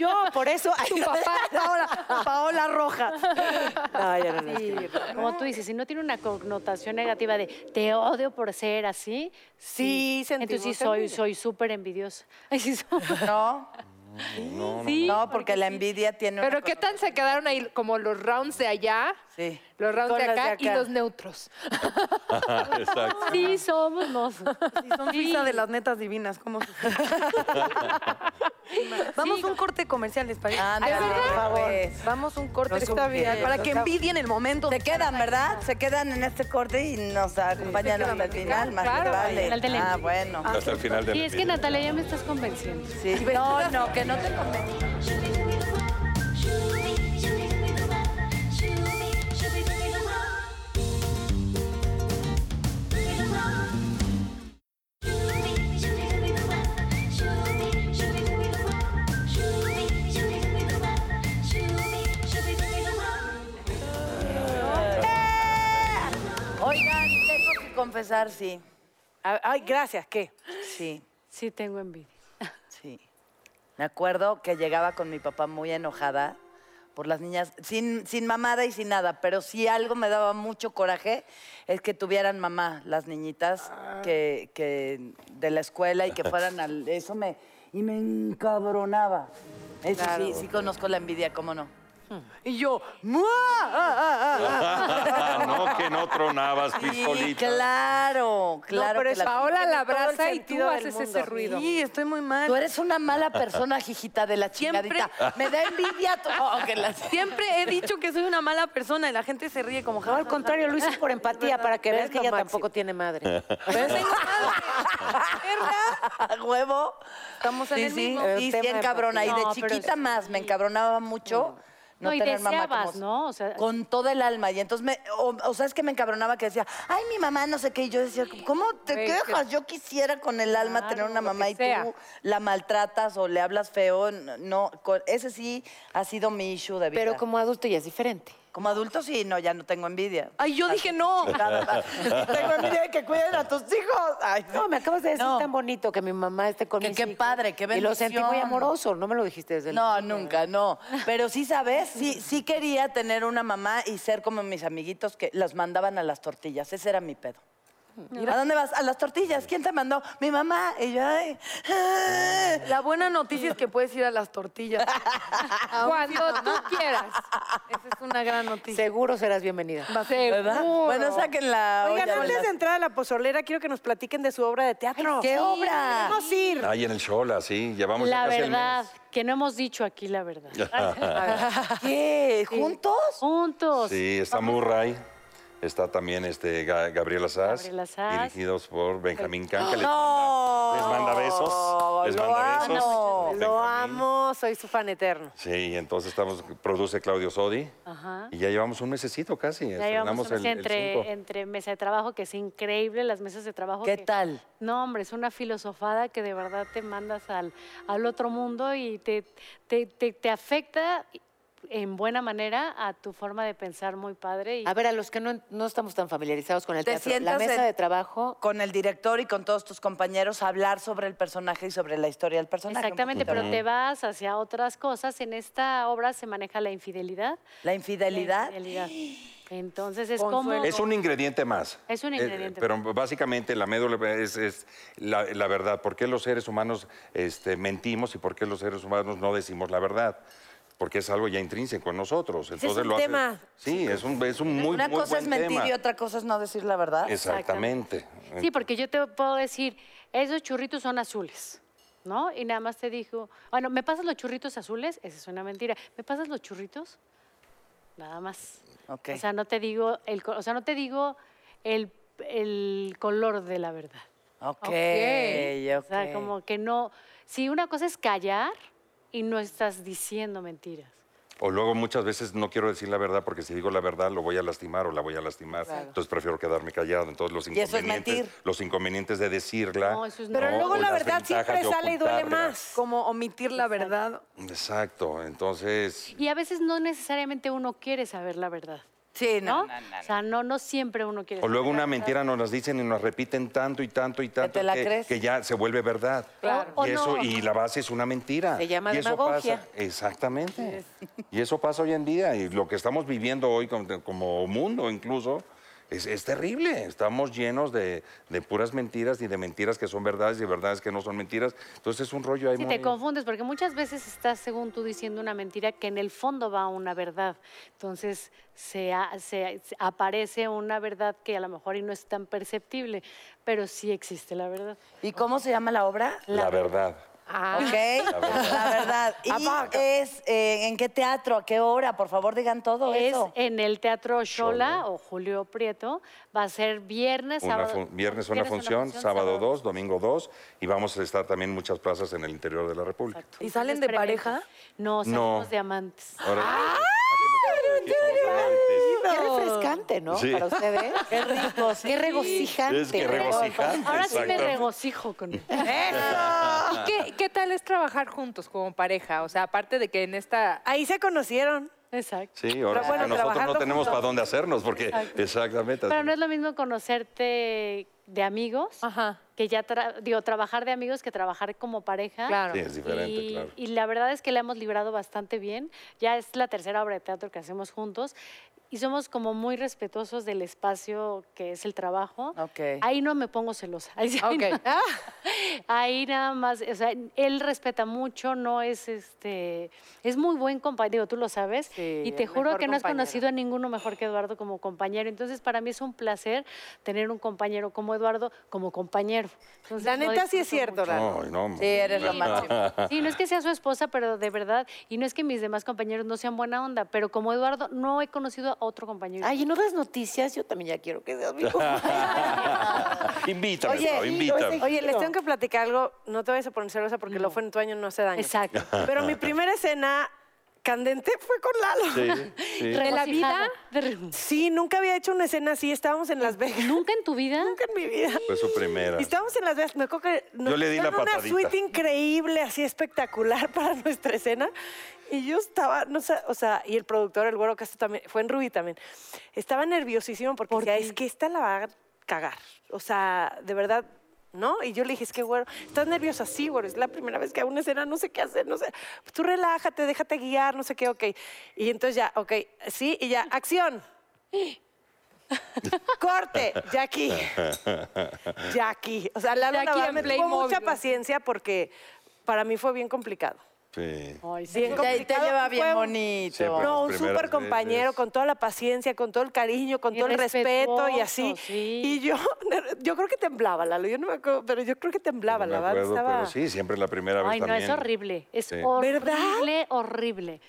Speaker 5: Yo, por eso. Ay,
Speaker 4: [laughs]
Speaker 3: Tu papá.
Speaker 1: Paola, Paola Rojas.
Speaker 5: No, ya no, no,
Speaker 11: Sí,
Speaker 5: es que-
Speaker 11: como tú dices, si no tiene una connotación negativa de te odio por ser así,
Speaker 2: Sí,
Speaker 11: entonces sí
Speaker 2: sentimos
Speaker 11: soy
Speaker 2: envidia.
Speaker 11: soy súper envidiosa. [laughs] Ay, sí, soy-
Speaker 2: No,
Speaker 7: No, no.
Speaker 11: Sí,
Speaker 2: no, porque la envidia tiene una
Speaker 3: Pero qué tan se quedaron ahí como los rounds de allá,
Speaker 2: Sí.
Speaker 3: los rounds
Speaker 2: Con
Speaker 3: de
Speaker 2: las
Speaker 3: acá, y
Speaker 2: acá.
Speaker 3: los neutros.
Speaker 7: Exacto.
Speaker 11: sí somos, no.
Speaker 1: Sí, son risa de las netas divinas, ¿cómo se- Vamos a un corte comercial, ¿les parece?
Speaker 2: Ándale, por favor.
Speaker 4: Pues,
Speaker 1: Vamos a un corte
Speaker 2: Nos
Speaker 1: comercial
Speaker 2: conviene,
Speaker 1: para
Speaker 2: nos
Speaker 1: que
Speaker 2: ab-
Speaker 1: envidien el momento.
Speaker 2: Se quedan, ¿verdad? Se quedan en este corte y nos acompañan hasta el final, más
Speaker 3: claro,
Speaker 2: que
Speaker 11: al final del
Speaker 2: vale. Ah,
Speaker 11: envío.
Speaker 2: bueno.
Speaker 7: Hasta el final del
Speaker 11: Sí, es que Natalia ya me estás convenciendo.
Speaker 2: Sí. No, no, que no te Oigan, tengo que confesar, sí.
Speaker 4: A- Ay, gracias, ¿qué?
Speaker 2: Sí,
Speaker 11: Sí tengo envidia.
Speaker 2: sí. Me acuerdo que llegaba con mi papá muy enojada por las niñas, sin, sin mamada y sin nada, pero si algo me daba mucho coraje es que tuvieran mamá las niñitas que, que de la escuela y que fueran al... Eso me... Y me encabronaba. Eso sí, sí conozco la envidia, ¿cómo no?
Speaker 1: Y yo, ¡mua! Ah, ah, ah, ah.
Speaker 7: [laughs] no, que no tronabas
Speaker 2: Sí,
Speaker 7: pistolita.
Speaker 2: claro, claro.
Speaker 3: pero
Speaker 2: que
Speaker 3: es Paola
Speaker 2: tiene
Speaker 3: la
Speaker 2: todo el
Speaker 3: abraza y
Speaker 2: sentido
Speaker 3: tú
Speaker 2: del
Speaker 3: haces ese
Speaker 2: mundo.
Speaker 3: ruido.
Speaker 1: Sí, estoy muy mal.
Speaker 2: Tú eres una mala persona, jijita de la chingadita. Me da envidia tu... Oh,
Speaker 3: [laughs]
Speaker 2: que la-
Speaker 1: Siempre he dicho que soy una mala persona y la gente se ríe como
Speaker 5: No, al
Speaker 1: jajaja.
Speaker 5: contrario, lo
Speaker 2: [laughs]
Speaker 5: hice por empatía, para que veas que ella tampoco tiene madre.
Speaker 2: [laughs] A huevo.
Speaker 1: Estamos en
Speaker 2: Sí,
Speaker 1: el
Speaker 2: sí.
Speaker 1: mismo.
Speaker 2: Y sí encabrona. Y de
Speaker 11: No, pero
Speaker 2: chiquita más, me encabronaba mucho. No,
Speaker 11: No, y
Speaker 2: tener mamá
Speaker 11: deseabas,
Speaker 2: como-
Speaker 11: ¿no? O sea-
Speaker 2: con toda el alma. Y entonces, me, o, o sea, es que me encabronaba que decía, ay, mi mamá, no sé qué. Y yo decía, ¿cómo te
Speaker 3: Güey,
Speaker 2: quejas? Yo quisiera con el alma
Speaker 3: Claro,
Speaker 2: tener una
Speaker 3: lo
Speaker 2: mamá
Speaker 3: que
Speaker 2: y
Speaker 3: sea.
Speaker 2: tú la maltratas o le hablas feo. No, con- ese sí ha sido mi issue de vida.
Speaker 5: Pero como adulto ya es diferente.
Speaker 2: Como adulto sí, no, ya no tengo envidia.
Speaker 11: Ah,
Speaker 1: Ay, yo dije
Speaker 2: [laughs]
Speaker 1: no.
Speaker 2: tengo envidia de que cuiden a tus hijos. Ay,
Speaker 5: No, me acabas de decir
Speaker 2: No.
Speaker 5: tan bonito que mi mamá esté con
Speaker 2: Que
Speaker 5: mis
Speaker 2: qué
Speaker 5: hijos.
Speaker 2: padre, qué
Speaker 5: Y lo sentí muy
Speaker 2: bendición.
Speaker 5: amoroso, no me lo dijiste desde el
Speaker 2: No, nunca, no. Pero sí, ¿sabes? Sí, sí quería tener una mamá y ser como mis amiguitos que los mandaban a las tortillas. Ese era mi pedo. ¿A dónde vas? A las tortillas. ¿Quién te mandó? Mi mamá. Y yo, ay.
Speaker 12: La buena noticia es que puedes ir a las tortillas.
Speaker 3: [laughs]
Speaker 11: [laughs]
Speaker 3: Cuando tú quieras.
Speaker 12: Esa es una gran noticia.
Speaker 5: Seguro serás bienvenida.
Speaker 2: ¿Verdad? Bueno, saquen la
Speaker 4: Oigan,
Speaker 2: olla.
Speaker 4: antes de entrar a la pozolera, quiero que nos platiquen de su obra de teatro.
Speaker 2: ¡Qué obra!
Speaker 4: Vamos a ir.
Speaker 7: Ahí en el Shola, sí. Llevamos ya
Speaker 1: La
Speaker 7: casi el
Speaker 1: verdad,
Speaker 7: mes.
Speaker 1: que no hemos dicho aquí la verdad.
Speaker 2: ¿Qué? ¿Juntos?
Speaker 1: Juntos.
Speaker 7: [laughs] Sí, está Murray. Está también este Ga- Gabriela Sass.
Speaker 1: Gabriela Sass.
Speaker 7: Dirigidos por Benjamín Can, que les, manda, les manda besos. Les
Speaker 2: lo
Speaker 7: manda besos.
Speaker 2: amo.
Speaker 4: Lo
Speaker 7: Benjamín.
Speaker 4: amo, soy su fan eterno.
Speaker 7: Sí, entonces estamos, produce Claudio Sodi.
Speaker 1: Ajá.
Speaker 7: Y ya llevamos un mesecito casi.
Speaker 1: Ya llevamos
Speaker 7: estrenamos
Speaker 1: una mesa
Speaker 7: el- el cinco.
Speaker 1: entre, entre mesa de trabajo, que es increíble, las mesas de trabajo.
Speaker 2: ¿Qué
Speaker 1: que-
Speaker 2: tal?
Speaker 1: No, hombre, es una filosofada que de verdad te mandas al, al otro mundo y te, te, te- te afecta en buena manera a tu forma de pensar muy padre. Y
Speaker 5: A ver, a los que no, no estamos tan familiarizados con el
Speaker 2: Te
Speaker 5: teatro, la
Speaker 2: sientas
Speaker 5: mesa
Speaker 2: en-
Speaker 5: de trabajo,
Speaker 2: Con el director y con todos tus compañeros a hablar sobre el personaje y sobre la historia del personaje. un
Speaker 1: exactamente,
Speaker 2: poquito,
Speaker 1: pero
Speaker 2: ¿no?
Speaker 1: te vas hacia otras cosas. En esta obra se maneja la infidelidad.
Speaker 2: La
Speaker 1: la
Speaker 2: infidelidad.
Speaker 1: infidelidad. Entonces es como...
Speaker 7: Es un ingrediente más.
Speaker 1: Es un
Speaker 7: Eh,
Speaker 1: ingrediente
Speaker 7: pero básicamente la médula es, es la, la verdad. ¿Por qué los seres humanos este, mentimos y por qué los seres humanos no decimos la verdad? Porque es algo ya intrínseco en nosotros. Entonces
Speaker 4: es un
Speaker 7: lo hace-
Speaker 4: tema.
Speaker 7: Sí, es un, es un muy,
Speaker 2: Una
Speaker 7: muy
Speaker 2: cosa es
Speaker 7: buen
Speaker 2: mentir
Speaker 7: tema.
Speaker 2: y otra cosa es no decir la verdad.
Speaker 7: Exactamente.
Speaker 1: Sí, porque yo te puedo decir, esos churritos son azules, ¿no? Y nada más te dijo, bueno, ¿me pasas los churritos azules? Esa es una mentira. ¿Me pasas los churritos? Nada más.
Speaker 2: Ok.
Speaker 1: O sea, no te digo el, co- o sea, no te digo el, el color de la verdad.
Speaker 2: Ok, ok.
Speaker 1: O sea, como que no. Si una cosa es callar y no estás diciendo mentiras.
Speaker 7: O luego muchas veces no quiero decir la verdad porque si digo la verdad lo voy a lastimar o la voy a lastimar. Entonces prefiero quedarme callado. Entonces los
Speaker 2: Y eso es
Speaker 7: inconvenientes,
Speaker 2: mentir.
Speaker 7: los inconvenientes de decirla.
Speaker 1: No, eso es
Speaker 4: Pero
Speaker 1: No,
Speaker 4: luego
Speaker 7: o
Speaker 4: la
Speaker 7: las
Speaker 4: verdad siempre
Speaker 7: ventajas de
Speaker 4: sale y duele
Speaker 7: ocultarla.
Speaker 4: más.
Speaker 12: Como omitir la verdad.
Speaker 7: Exacto. Entonces
Speaker 1: Y a veces no necesariamente uno quiere saber la verdad.
Speaker 2: Sí,
Speaker 1: ¿No?
Speaker 2: no, no, no,
Speaker 1: O sea, no, no siempre uno quiere
Speaker 7: O
Speaker 1: saber
Speaker 7: luego
Speaker 1: la
Speaker 7: una
Speaker 1: verdad.
Speaker 7: mentira nos las dicen y nos repiten tanto y tanto y tanto
Speaker 2: te la crees.
Speaker 7: que ya se vuelve verdad.
Speaker 1: Claro.
Speaker 7: Y
Speaker 1: O no.
Speaker 7: eso y la base es una mentira.
Speaker 5: Se llama
Speaker 7: y eso
Speaker 5: demagogia.
Speaker 7: pasa- exactamente. Y eso pasa hoy en día y lo que estamos viviendo hoy como, como mundo incluso es, es terrible. Estamos llenos de, de puras mentiras y de mentiras que son verdades y verdades que no son mentiras. Entonces es un rollo ahí
Speaker 1: Si
Speaker 7: muy-
Speaker 1: te confundes, porque muchas veces estás, según tú, diciendo una mentira que en el fondo va a una verdad. Entonces se, a- se- se aparece una verdad que a lo mejor y no es tan perceptible, pero sí existe la verdad.
Speaker 2: ¿Y cómo se llama la obra?
Speaker 7: la verdad.
Speaker 4: Ah.
Speaker 2: Ok, la verdad. Y es, eh, ¿en qué teatro? ¿A qué hora? Por favor, digan todo
Speaker 1: Es
Speaker 2: eso.
Speaker 1: en el Teatro Shola o Julio Prieto. Va a ser viernes,
Speaker 7: Una
Speaker 1: sábado.
Speaker 7: fun- viernes una función, sábado dos, domingo dos y vamos a estar también en muchas plazas en el interior de la República.
Speaker 1: Exacto.
Speaker 12: ¿Y salen de
Speaker 1: Entonces,
Speaker 12: pareja?
Speaker 1: experimenten. No, salimos de amantes. ¡Ah!
Speaker 7: Ahora, aquí lo tenemos, aquí
Speaker 5: qué refrescante, ¿no?
Speaker 7: Sí.
Speaker 5: Para
Speaker 1: ¿eh?
Speaker 5: ustedes. Qué rico, qué regocijante.
Speaker 7: Es que regocijante.
Speaker 1: Ahora sí me
Speaker 7: exactamente.
Speaker 1: regocijo
Speaker 3: [laughs]
Speaker 1: con
Speaker 3: ¿Y qué, qué tal es trabajar juntos como pareja? O sea, aparte de que en esta...
Speaker 4: Ahí se conocieron.
Speaker 1: Exacto.
Speaker 7: Sí, ahora
Speaker 4: Pero bueno,
Speaker 7: porque nosotros no
Speaker 4: trabajando
Speaker 7: tenemos
Speaker 4: juntos.
Speaker 7: para dónde hacernos, porque exactamente.
Speaker 1: Pero no es lo mismo conocerte de amigos,
Speaker 3: Ajá.
Speaker 1: que ya, tra- digo, trabajar de amigos que trabajar como pareja.
Speaker 3: Claro.
Speaker 7: Sí, es diferente,
Speaker 1: y,
Speaker 7: claro.
Speaker 1: y la verdad es que la hemos librado bastante bien. Ya es la tercera obra de teatro que hacemos juntos. Y somos como muy respetuosos del espacio que es el trabajo.
Speaker 2: Ok.
Speaker 1: Ahí no me pongo celosa. [laughs] Ahí, sí- ahí
Speaker 3: Ok.
Speaker 1: na- ahí nada más, o sea, él respeta mucho, no es este, es muy buen compañero, tú lo sabes.
Speaker 4: Sí,
Speaker 1: y te
Speaker 4: el
Speaker 1: juro
Speaker 4: mejor
Speaker 1: que no has
Speaker 4: compañero.
Speaker 1: conocido a ninguno mejor que Eduardo como compañero. Entonces, para mí es un placer tener un compañero como Eduardo como compañero. Entonces,
Speaker 4: La
Speaker 1: lo
Speaker 4: neta sí es
Speaker 1: disfruto
Speaker 4: cierto,
Speaker 1: mucho.
Speaker 4: la-
Speaker 7: No, no.
Speaker 2: Sí, eres lo
Speaker 1: Sí,
Speaker 2: máximo.
Speaker 7: [laughs]
Speaker 1: no. Sí, no es que sea su esposa, pero de verdad, y no es que mis demás compañeros no sean buena onda, pero como Eduardo, no he conocido a otro compañero.
Speaker 5: Ay, ¿y no das noticias? Yo también ya quiero que seas mi compañera.
Speaker 7: Invítame,
Speaker 5: Oye,
Speaker 7: Pau,
Speaker 5: y-
Speaker 7: invítame.
Speaker 4: Oye, les tengo que platicar algo. No te vayas a poner celosa porque lo fue en tu año no hace daño.
Speaker 1: Exacto.
Speaker 4: [laughs] Pero mi primera escena candente fue con Lalo. Sí.
Speaker 3: ¿De la vida?
Speaker 1: Regocijada.
Speaker 4: nunca había hecho una escena así. Estábamos en Las Vegas.
Speaker 1: ¿Nunca en tu vida?
Speaker 4: Nunca en mi vida.
Speaker 7: Fue su primera.
Speaker 4: Y estábamos en Las Vegas. Me acuerdo que nos
Speaker 7: Yo le di la
Speaker 4: pusieron una
Speaker 7: patadita.
Speaker 4: suite increíble, así espectacular [laughs] para nuestra escena. Y yo estaba, no sé, o sea, y el productor, el güero Castro también, fue en Ruby también. Estaba nerviosísimo porque decía, es que esta la va a cagar. O sea, de verdad, ¿no? Y yo le dije, es que, güero, estás nerviosa, sí, güero, es la primera vez que hago una escena, no sé qué hacer, no sé. Tú relájate, déjate guiar, no sé qué, ok. Y entonces ya, ok, sí, y ya, acción. Corte,
Speaker 7: [laughs]
Speaker 4: Jackie. Jackie. O sea, la
Speaker 3: Jackie
Speaker 4: verdad
Speaker 3: en
Speaker 4: me tuvo
Speaker 3: Playmobil.
Speaker 4: mucha paciencia porque para mí fue bien complicado.
Speaker 7: Sí.
Speaker 8: Ay, sí.
Speaker 4: Bien
Speaker 2: Te, te
Speaker 4: complicado.
Speaker 2: lleva
Speaker 4: Fue
Speaker 2: bien
Speaker 4: un-
Speaker 2: bonito.
Speaker 7: Siempre.
Speaker 4: No,
Speaker 7: Las
Speaker 4: un
Speaker 7: primeras
Speaker 4: súper compañero,
Speaker 7: veces.
Speaker 4: con toda la paciencia, con todo el cariño, con
Speaker 8: Bien
Speaker 4: todo el respeto y así.
Speaker 8: respetuoso, sí.
Speaker 4: Y yo, [laughs] yo creo que temblaba, Lalo. Yo no me acuerdo, pero yo creo que temblaba,
Speaker 7: No me
Speaker 4: la verdad.
Speaker 7: acuerdo,
Speaker 4: estaba-
Speaker 7: pero sí, siempre la primera vez
Speaker 8: Ay, no,
Speaker 7: también.
Speaker 8: es horrible. Es
Speaker 7: Sí.
Speaker 8: horrible,
Speaker 4: ¿Verdad?
Speaker 8: horrible.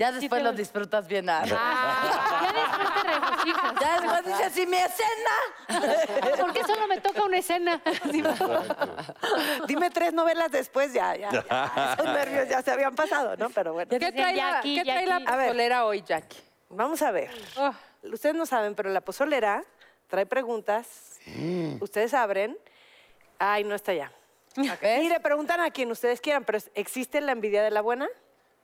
Speaker 2: Ya después
Speaker 8: te-
Speaker 2: lo disfrutas bien. ah.
Speaker 8: Ya
Speaker 4: Ah.
Speaker 8: después te regocijas.
Speaker 2: Ya después dices, ¿y mi escena?
Speaker 8: ¿Por qué solo me toca
Speaker 13: [laughs]
Speaker 8: una escena? Sí,
Speaker 4: [laughs] Dime tres novelas después, ya, ya,
Speaker 7: [laughs]
Speaker 4: ya. Esos nervios ya se habían pasado, ¿no? Pero bueno.
Speaker 3: ¿Qué trae la,
Speaker 8: Jackie,
Speaker 3: ¿qué trae la
Speaker 8: Jackie.
Speaker 4: A ver.
Speaker 3: pozolera hoy, Jackie?
Speaker 4: Vamos a ver.
Speaker 3: Oh,
Speaker 4: Ustedes no saben, pero la pozolera trae preguntas. Ustedes abren. Ay, no está ya. Y le preguntan a quien ustedes quieran, pero ¿existe la envidia de la buena?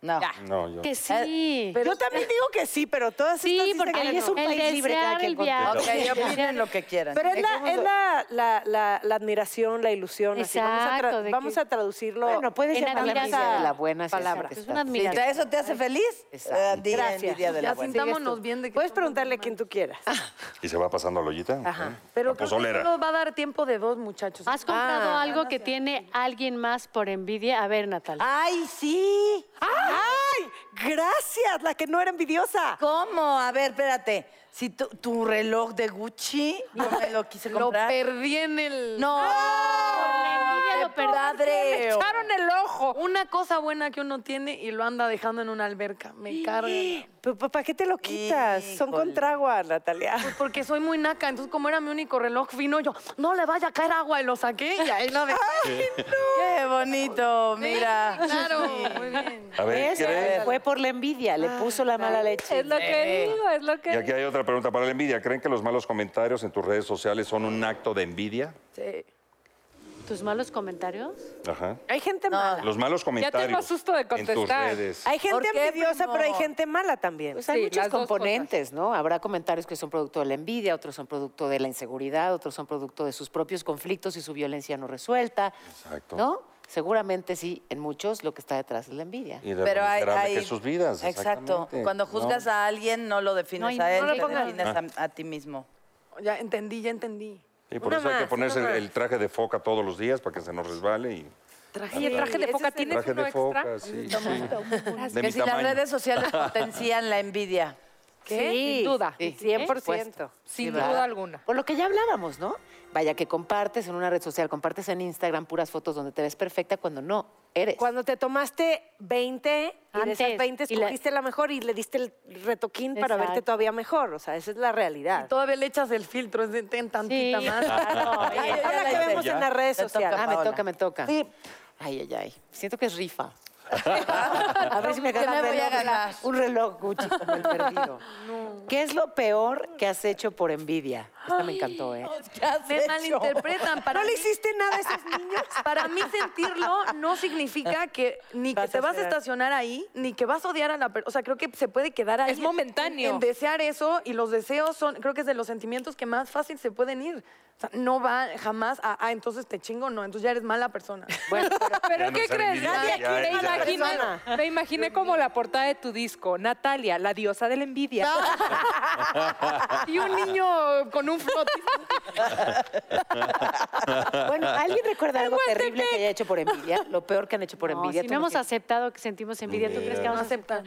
Speaker 2: No.
Speaker 1: [laughs]
Speaker 7: No, yo.
Speaker 8: que sí.
Speaker 13: Eh,
Speaker 4: Yo también [laughs] digo que sí, pero todas estas
Speaker 8: sí,
Speaker 4: dicen
Speaker 8: porque
Speaker 4: que ahí es un
Speaker 8: el
Speaker 4: país libre que
Speaker 8: desear
Speaker 4: cada
Speaker 8: el
Speaker 4: quien contesta.
Speaker 8: viaje.
Speaker 2: Ok,
Speaker 4: [laughs]
Speaker 2: opinen lo que quieran.
Speaker 4: Pero es, la, es
Speaker 2: Dejémoslo-
Speaker 4: la, la- la- la admiración, la ilusión. así. Vamos, a tra-
Speaker 8: Exacto, de
Speaker 4: vamos
Speaker 8: que-
Speaker 4: a traducirlo.
Speaker 5: Bueno, puede
Speaker 8: En
Speaker 5: ser para la
Speaker 8: admiración.
Speaker 5: envidia de la buena. sí,
Speaker 4: Palabra.
Speaker 5: exacto,
Speaker 8: Es una
Speaker 5: exacto.
Speaker 2: Si
Speaker 8: admiración.
Speaker 2: te- eso te hace feliz,
Speaker 5: Exacto.
Speaker 2: eh, di- envidia de la
Speaker 1: Ya
Speaker 2: buena.
Speaker 1: sintámonos bien de que.
Speaker 4: Puedes
Speaker 1: somos
Speaker 4: preguntarle a
Speaker 1: humanos.
Speaker 4: quien tú quieras.
Speaker 7: ¿Y se va pasando la ollita? Ajá.
Speaker 13: Pero
Speaker 7: ¿Eh?
Speaker 13: creo
Speaker 7: la
Speaker 13: que
Speaker 7: pozolera.
Speaker 13: solo va a dar tiempo de dos, muchachos. Ah.
Speaker 8: ¿Has comprado algo que tiene alguien más por envidia? A ver, Natalia.
Speaker 2: ¡Ay, sí!
Speaker 4: Ah. ¡Ay! Gracias, la que no era envidiosa.
Speaker 2: ¿Cómo? A ver, espérate. Si tu, tu reloj de Gucci, yo me lo quise
Speaker 1: Lo
Speaker 2: comprar.
Speaker 1: perdí en el.
Speaker 2: No.
Speaker 8: envidia lo
Speaker 2: ¡Qué
Speaker 8: perdí.
Speaker 2: padre!
Speaker 1: Echaron el ojo. Una cosa buena que uno tiene y lo anda dejando en una alberca. Me carga.
Speaker 4: Pero, ¿Para qué te lo quitas? Son
Speaker 2: Híjole.
Speaker 4: con trago, a Natalia. [laughs]
Speaker 1: Pues porque soy muy naca, entonces como era mi único reloj fino, yo, no le vaya a caer agua y lo saqué y ahí lo dejé.
Speaker 2: ¡Qué bonito! Mira.
Speaker 1: Claro, muy bien.
Speaker 7: A ver,
Speaker 5: Esa
Speaker 7: ¿creen?
Speaker 5: Fue por la envidia, le puso la mala leche.
Speaker 3: es lo que digo, es lo
Speaker 7: Y
Speaker 3: que
Speaker 7: aquí hay otra pregunta para la envidia. ¿Creen que los malos comentarios en tus redes sociales son un acto de envidia?
Speaker 8: ¿Tus malos comentarios?
Speaker 7: Ajá.
Speaker 4: Hay gente mala.
Speaker 7: Los malos comentarios.
Speaker 3: asusto de
Speaker 7: En tus
Speaker 3: contestar.
Speaker 7: redes.
Speaker 4: Hay gente
Speaker 2: ¿Por qué,
Speaker 4: envidiosa,
Speaker 2: primo?
Speaker 4: pero hay gente mala también.
Speaker 5: Pues hay
Speaker 3: Sí,
Speaker 5: muchos
Speaker 3: las dos
Speaker 5: componentes, ¿no? Habrá comentarios que son producto de la envidia, otros son producto de la inseguridad, otros son producto de sus propios conflictos y su violencia no resuelta.
Speaker 7: Exacto.
Speaker 5: ¿No? Seguramente sí, en muchos lo que está detrás es la envidia.
Speaker 7: Y de
Speaker 2: Pero hay,
Speaker 7: miserable
Speaker 2: hay-
Speaker 7: que es sus vidas.
Speaker 2: Exacto.
Speaker 7: exactamente,
Speaker 2: Cuando juzgas
Speaker 7: ¿no? Ah.
Speaker 2: a alguien, no lo
Speaker 8: No,
Speaker 2: defines
Speaker 8: y no
Speaker 2: a él,
Speaker 8: lo
Speaker 2: te
Speaker 8: pongas-
Speaker 2: defines a, a ti mismo.
Speaker 1: Ya entendí, ya entendí.
Speaker 7: Y por
Speaker 4: Una
Speaker 7: eso hay que
Speaker 4: más,
Speaker 7: ponerse
Speaker 4: una
Speaker 7: el,
Speaker 4: más.
Speaker 7: el traje de foca todos los días para que se nos resbale. Y...
Speaker 1: Traje
Speaker 3: Oye, traje de
Speaker 4: Ese
Speaker 3: foca,
Speaker 4: es el-
Speaker 3: ¿tienes
Speaker 7: Traje
Speaker 3: uno
Speaker 7: de
Speaker 3: extra?
Speaker 7: foca, sí. sí. De
Speaker 2: que
Speaker 7: mi
Speaker 2: si
Speaker 7: tamaño.
Speaker 2: las redes sociales potencian la envidia.
Speaker 3: ¿Qué? Sin duda.
Speaker 5: Sí,
Speaker 4: 100%.
Speaker 5: Sí,
Speaker 3: Sin
Speaker 5: ¿verdad?
Speaker 3: duda alguna.
Speaker 5: Por lo que ya hablábamos, ¿no? Vaya que compartes en una red social, compartes en Instagram puras fotos donde te ves perfecta cuando no eres.
Speaker 4: Cuando te tomaste 20 y de esas
Speaker 8: Antes,
Speaker 4: 20
Speaker 8: y la-
Speaker 4: escogiste la... mejor y le diste el retoquín para
Speaker 8: Exacto.
Speaker 4: verte todavía mejor. O sea, esa es la realidad.
Speaker 1: Todavía le echas el filtro, es de ten tantita
Speaker 8: Sí.
Speaker 1: más.
Speaker 2: Ay, ay,
Speaker 4: Ahora
Speaker 2: ay,
Speaker 4: que
Speaker 2: ay,
Speaker 4: vemos
Speaker 2: Ah, ya.
Speaker 4: en las redes
Speaker 2: Te toca,
Speaker 4: sociales.
Speaker 5: Ah, me
Speaker 2: Paola.
Speaker 5: toca, me toca.
Speaker 4: Sí.
Speaker 5: Ay, ay, ay. Siento que es rifa. [laughs] a ver si me
Speaker 2: ¿Qué me
Speaker 5: gana un
Speaker 2: voy a
Speaker 5: reloj,
Speaker 2: ganar?
Speaker 5: un reloj Gucci como el [laughs] perdido. ¿Qué es lo peor que has hecho por envidia? Esta me encantó, ¿eh?
Speaker 2: ¿Qué has
Speaker 1: Me
Speaker 2: hecho?
Speaker 1: malinterpretan. Para
Speaker 4: ¿No le
Speaker 1: mí-
Speaker 4: hiciste nada a esos niños?
Speaker 1: [laughs] Para mí sentirlo no significa que ni que
Speaker 4: Vas
Speaker 1: te
Speaker 4: a
Speaker 1: vas a
Speaker 4: hacer-
Speaker 1: estacionar ahí, ni que vas a odiar a la persona. O sea, creo que se puede quedar ahí.
Speaker 3: Es momentáneo.
Speaker 1: En, en desear eso y los deseos son, creo que es de los sentimientos que más fácil se pueden ir. O sea, no va jamás a, ah, entonces te chingo, no, entonces ya eres mala persona. [laughs]
Speaker 5: Bueno, pero-
Speaker 3: ¿Pero
Speaker 7: Ya no
Speaker 3: qué
Speaker 7: es
Speaker 3: crees?
Speaker 7: envidia,
Speaker 3: Nadie
Speaker 7: ya
Speaker 3: aquí
Speaker 7: es
Speaker 3: me
Speaker 7: la
Speaker 3: imaginé, me imaginé como la portada de tu disco, Natalia, la diosa de la envidia. [laughs]
Speaker 1: y un niño con un flotis.
Speaker 5: bueno, ¿alguien recuerda algo terrible que haya hecho por envidia? Lo peor que han hecho por
Speaker 8: No,
Speaker 5: envidia.
Speaker 8: si
Speaker 5: tú
Speaker 8: no hemos
Speaker 5: sé.
Speaker 8: aceptado que sentimos envidia, ¿tú crees que vamos a aceptar?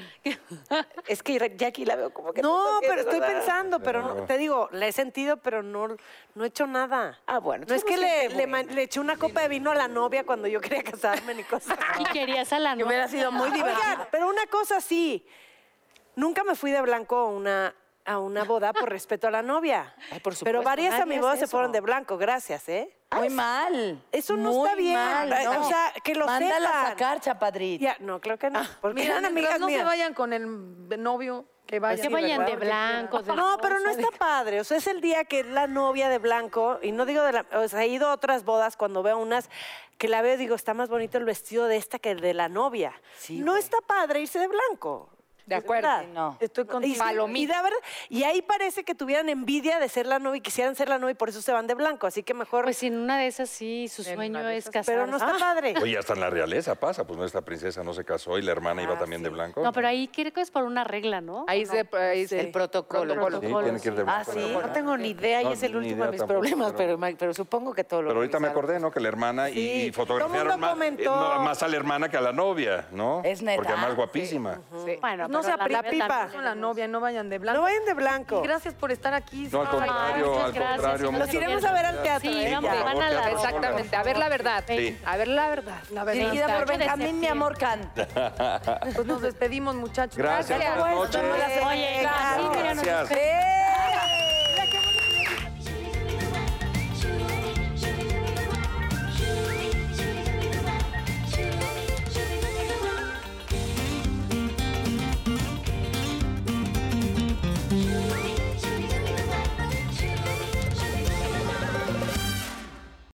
Speaker 5: Es que Jackie la veo como que...
Speaker 4: No,
Speaker 5: te-
Speaker 4: pero estoy pensando, pero no-
Speaker 7: No.
Speaker 4: te digo, la he sentido, pero no, no he hecho nada.
Speaker 5: Ah, bueno.
Speaker 4: No es que
Speaker 5: somos
Speaker 4: le,
Speaker 5: gente
Speaker 4: le
Speaker 5: buena.
Speaker 4: man- le eché una copa de vino a la novia cuando yo quería casarme ni [laughs] cosas.
Speaker 8: Y querías a la
Speaker 2: Que hubiera
Speaker 8: novia.
Speaker 2: sido muy divertido.
Speaker 4: Oigan, pero una cosa sí, nunca me fui de blanco a una, a una boda por respeto a la novia.
Speaker 5: Ay, por
Speaker 4: pero
Speaker 5: supuesto,
Speaker 4: varias
Speaker 5: nadie
Speaker 4: a mi
Speaker 5: hace
Speaker 4: boda se
Speaker 5: eso.
Speaker 4: fueron de blanco, gracias, ¿eh?
Speaker 2: Muy mal.
Speaker 4: Eso no
Speaker 2: Muy
Speaker 4: está bien.
Speaker 2: mal,
Speaker 4: Eh,
Speaker 2: no.
Speaker 4: O sea, que lo
Speaker 2: Mándala
Speaker 4: sepan.
Speaker 2: a sacar, chapadrita.
Speaker 4: Ya, no, creo que Ah, no. Porque
Speaker 1: Mira,
Speaker 4: eran
Speaker 1: mientras
Speaker 4: amigas
Speaker 1: no
Speaker 4: mías.
Speaker 1: se vayan con el novio, que vayan.
Speaker 8: Que vayan de
Speaker 1: ¿verdad? Porque-
Speaker 8: blanco. de
Speaker 4: No, pero no
Speaker 8: rosa, de-
Speaker 4: está padre. O sea, es el día que es la novia de blanco, y no digo de la. O sea, he ido a otras bodas cuando veo unas que la veo y digo, está más bonito el vestido de esta que el de la novia.
Speaker 2: Sí,
Speaker 4: no
Speaker 2: güey.
Speaker 4: está padre irse de blanco.
Speaker 3: De acuerdo.
Speaker 4: verdad.
Speaker 2: No.
Speaker 13: Estoy
Speaker 4: Y,
Speaker 13: contigo.
Speaker 4: y,
Speaker 3: Palomita.
Speaker 4: de haber- y ahí parece que tuvieran envidia de ser la novia y quisieran ser la novia y por eso se van de blanco. Así que mejor.
Speaker 8: Pues en una de esas sí, su
Speaker 3: En una
Speaker 8: sueño
Speaker 3: de
Speaker 8: es
Speaker 3: esas,
Speaker 8: casarse.
Speaker 4: pero no está padre.
Speaker 7: Oye, hasta en la realeza pasa, pues nuestra princesa no se casó y la hermana iba
Speaker 4: Ah,
Speaker 7: también de
Speaker 4: sí.
Speaker 7: blanco.
Speaker 8: No, pero ahí creo que es por una regla, ¿no?
Speaker 3: Ahí es de- ahí es
Speaker 5: El protocolo. el [laughs]
Speaker 7: Sí,
Speaker 5: protocolo.
Speaker 7: tiene que ir de blanco.
Speaker 2: Ah,
Speaker 7: la
Speaker 2: sí,
Speaker 7: hermana.
Speaker 5: No tengo ni idea
Speaker 7: No,
Speaker 5: y es el
Speaker 7: ni
Speaker 5: último
Speaker 7: idea
Speaker 5: de mis
Speaker 7: tampoco,
Speaker 5: problemas,
Speaker 7: pero-
Speaker 5: pero, pero supongo que todo lo
Speaker 7: Pero ahorita me
Speaker 5: organizaron.
Speaker 7: acordé, ¿no? Que la hermana y,
Speaker 4: Sí.
Speaker 7: y fotografiaron
Speaker 4: Todo
Speaker 7: más,
Speaker 4: mundo comentó.
Speaker 7: eh, no, más a la hermana que a la novia, ¿no?
Speaker 2: Es neta.
Speaker 7: Porque además guapísima.
Speaker 3: Sí.
Speaker 8: Bueno,
Speaker 13: No se
Speaker 8: pero
Speaker 13: aprieta
Speaker 8: novia también
Speaker 13: con
Speaker 8: le
Speaker 13: la
Speaker 8: gusta.
Speaker 13: novia, no vayan de
Speaker 4: No
Speaker 13: blanco.
Speaker 4: vayan de blanco.
Speaker 13: Gracias por estar aquí.
Speaker 7: No, al
Speaker 13: Ay,
Speaker 7: contrario,
Speaker 8: muchas
Speaker 7: al
Speaker 8: gracias, muchas
Speaker 7: contrario. muchas
Speaker 4: Los iremos a ver al teatro.
Speaker 8: Sí,
Speaker 4: ¿eh?
Speaker 8: vamos,
Speaker 7: ya.
Speaker 8: van a la...
Speaker 3: Exactamente. A ver la verdad.
Speaker 7: Sí.
Speaker 3: A ver la verdad.
Speaker 13: La verdad.
Speaker 2: Dirigida por
Speaker 8: 28 de
Speaker 2: Benjamín, mi amor, Can.
Speaker 13: [laughs] Pues nos despedimos, muchachos.
Speaker 7: Gracias,
Speaker 3: Gracias.
Speaker 7: buenas noches.
Speaker 8: Oye, así, mira, nos
Speaker 7: Gracias.
Speaker 4: ¡Eh!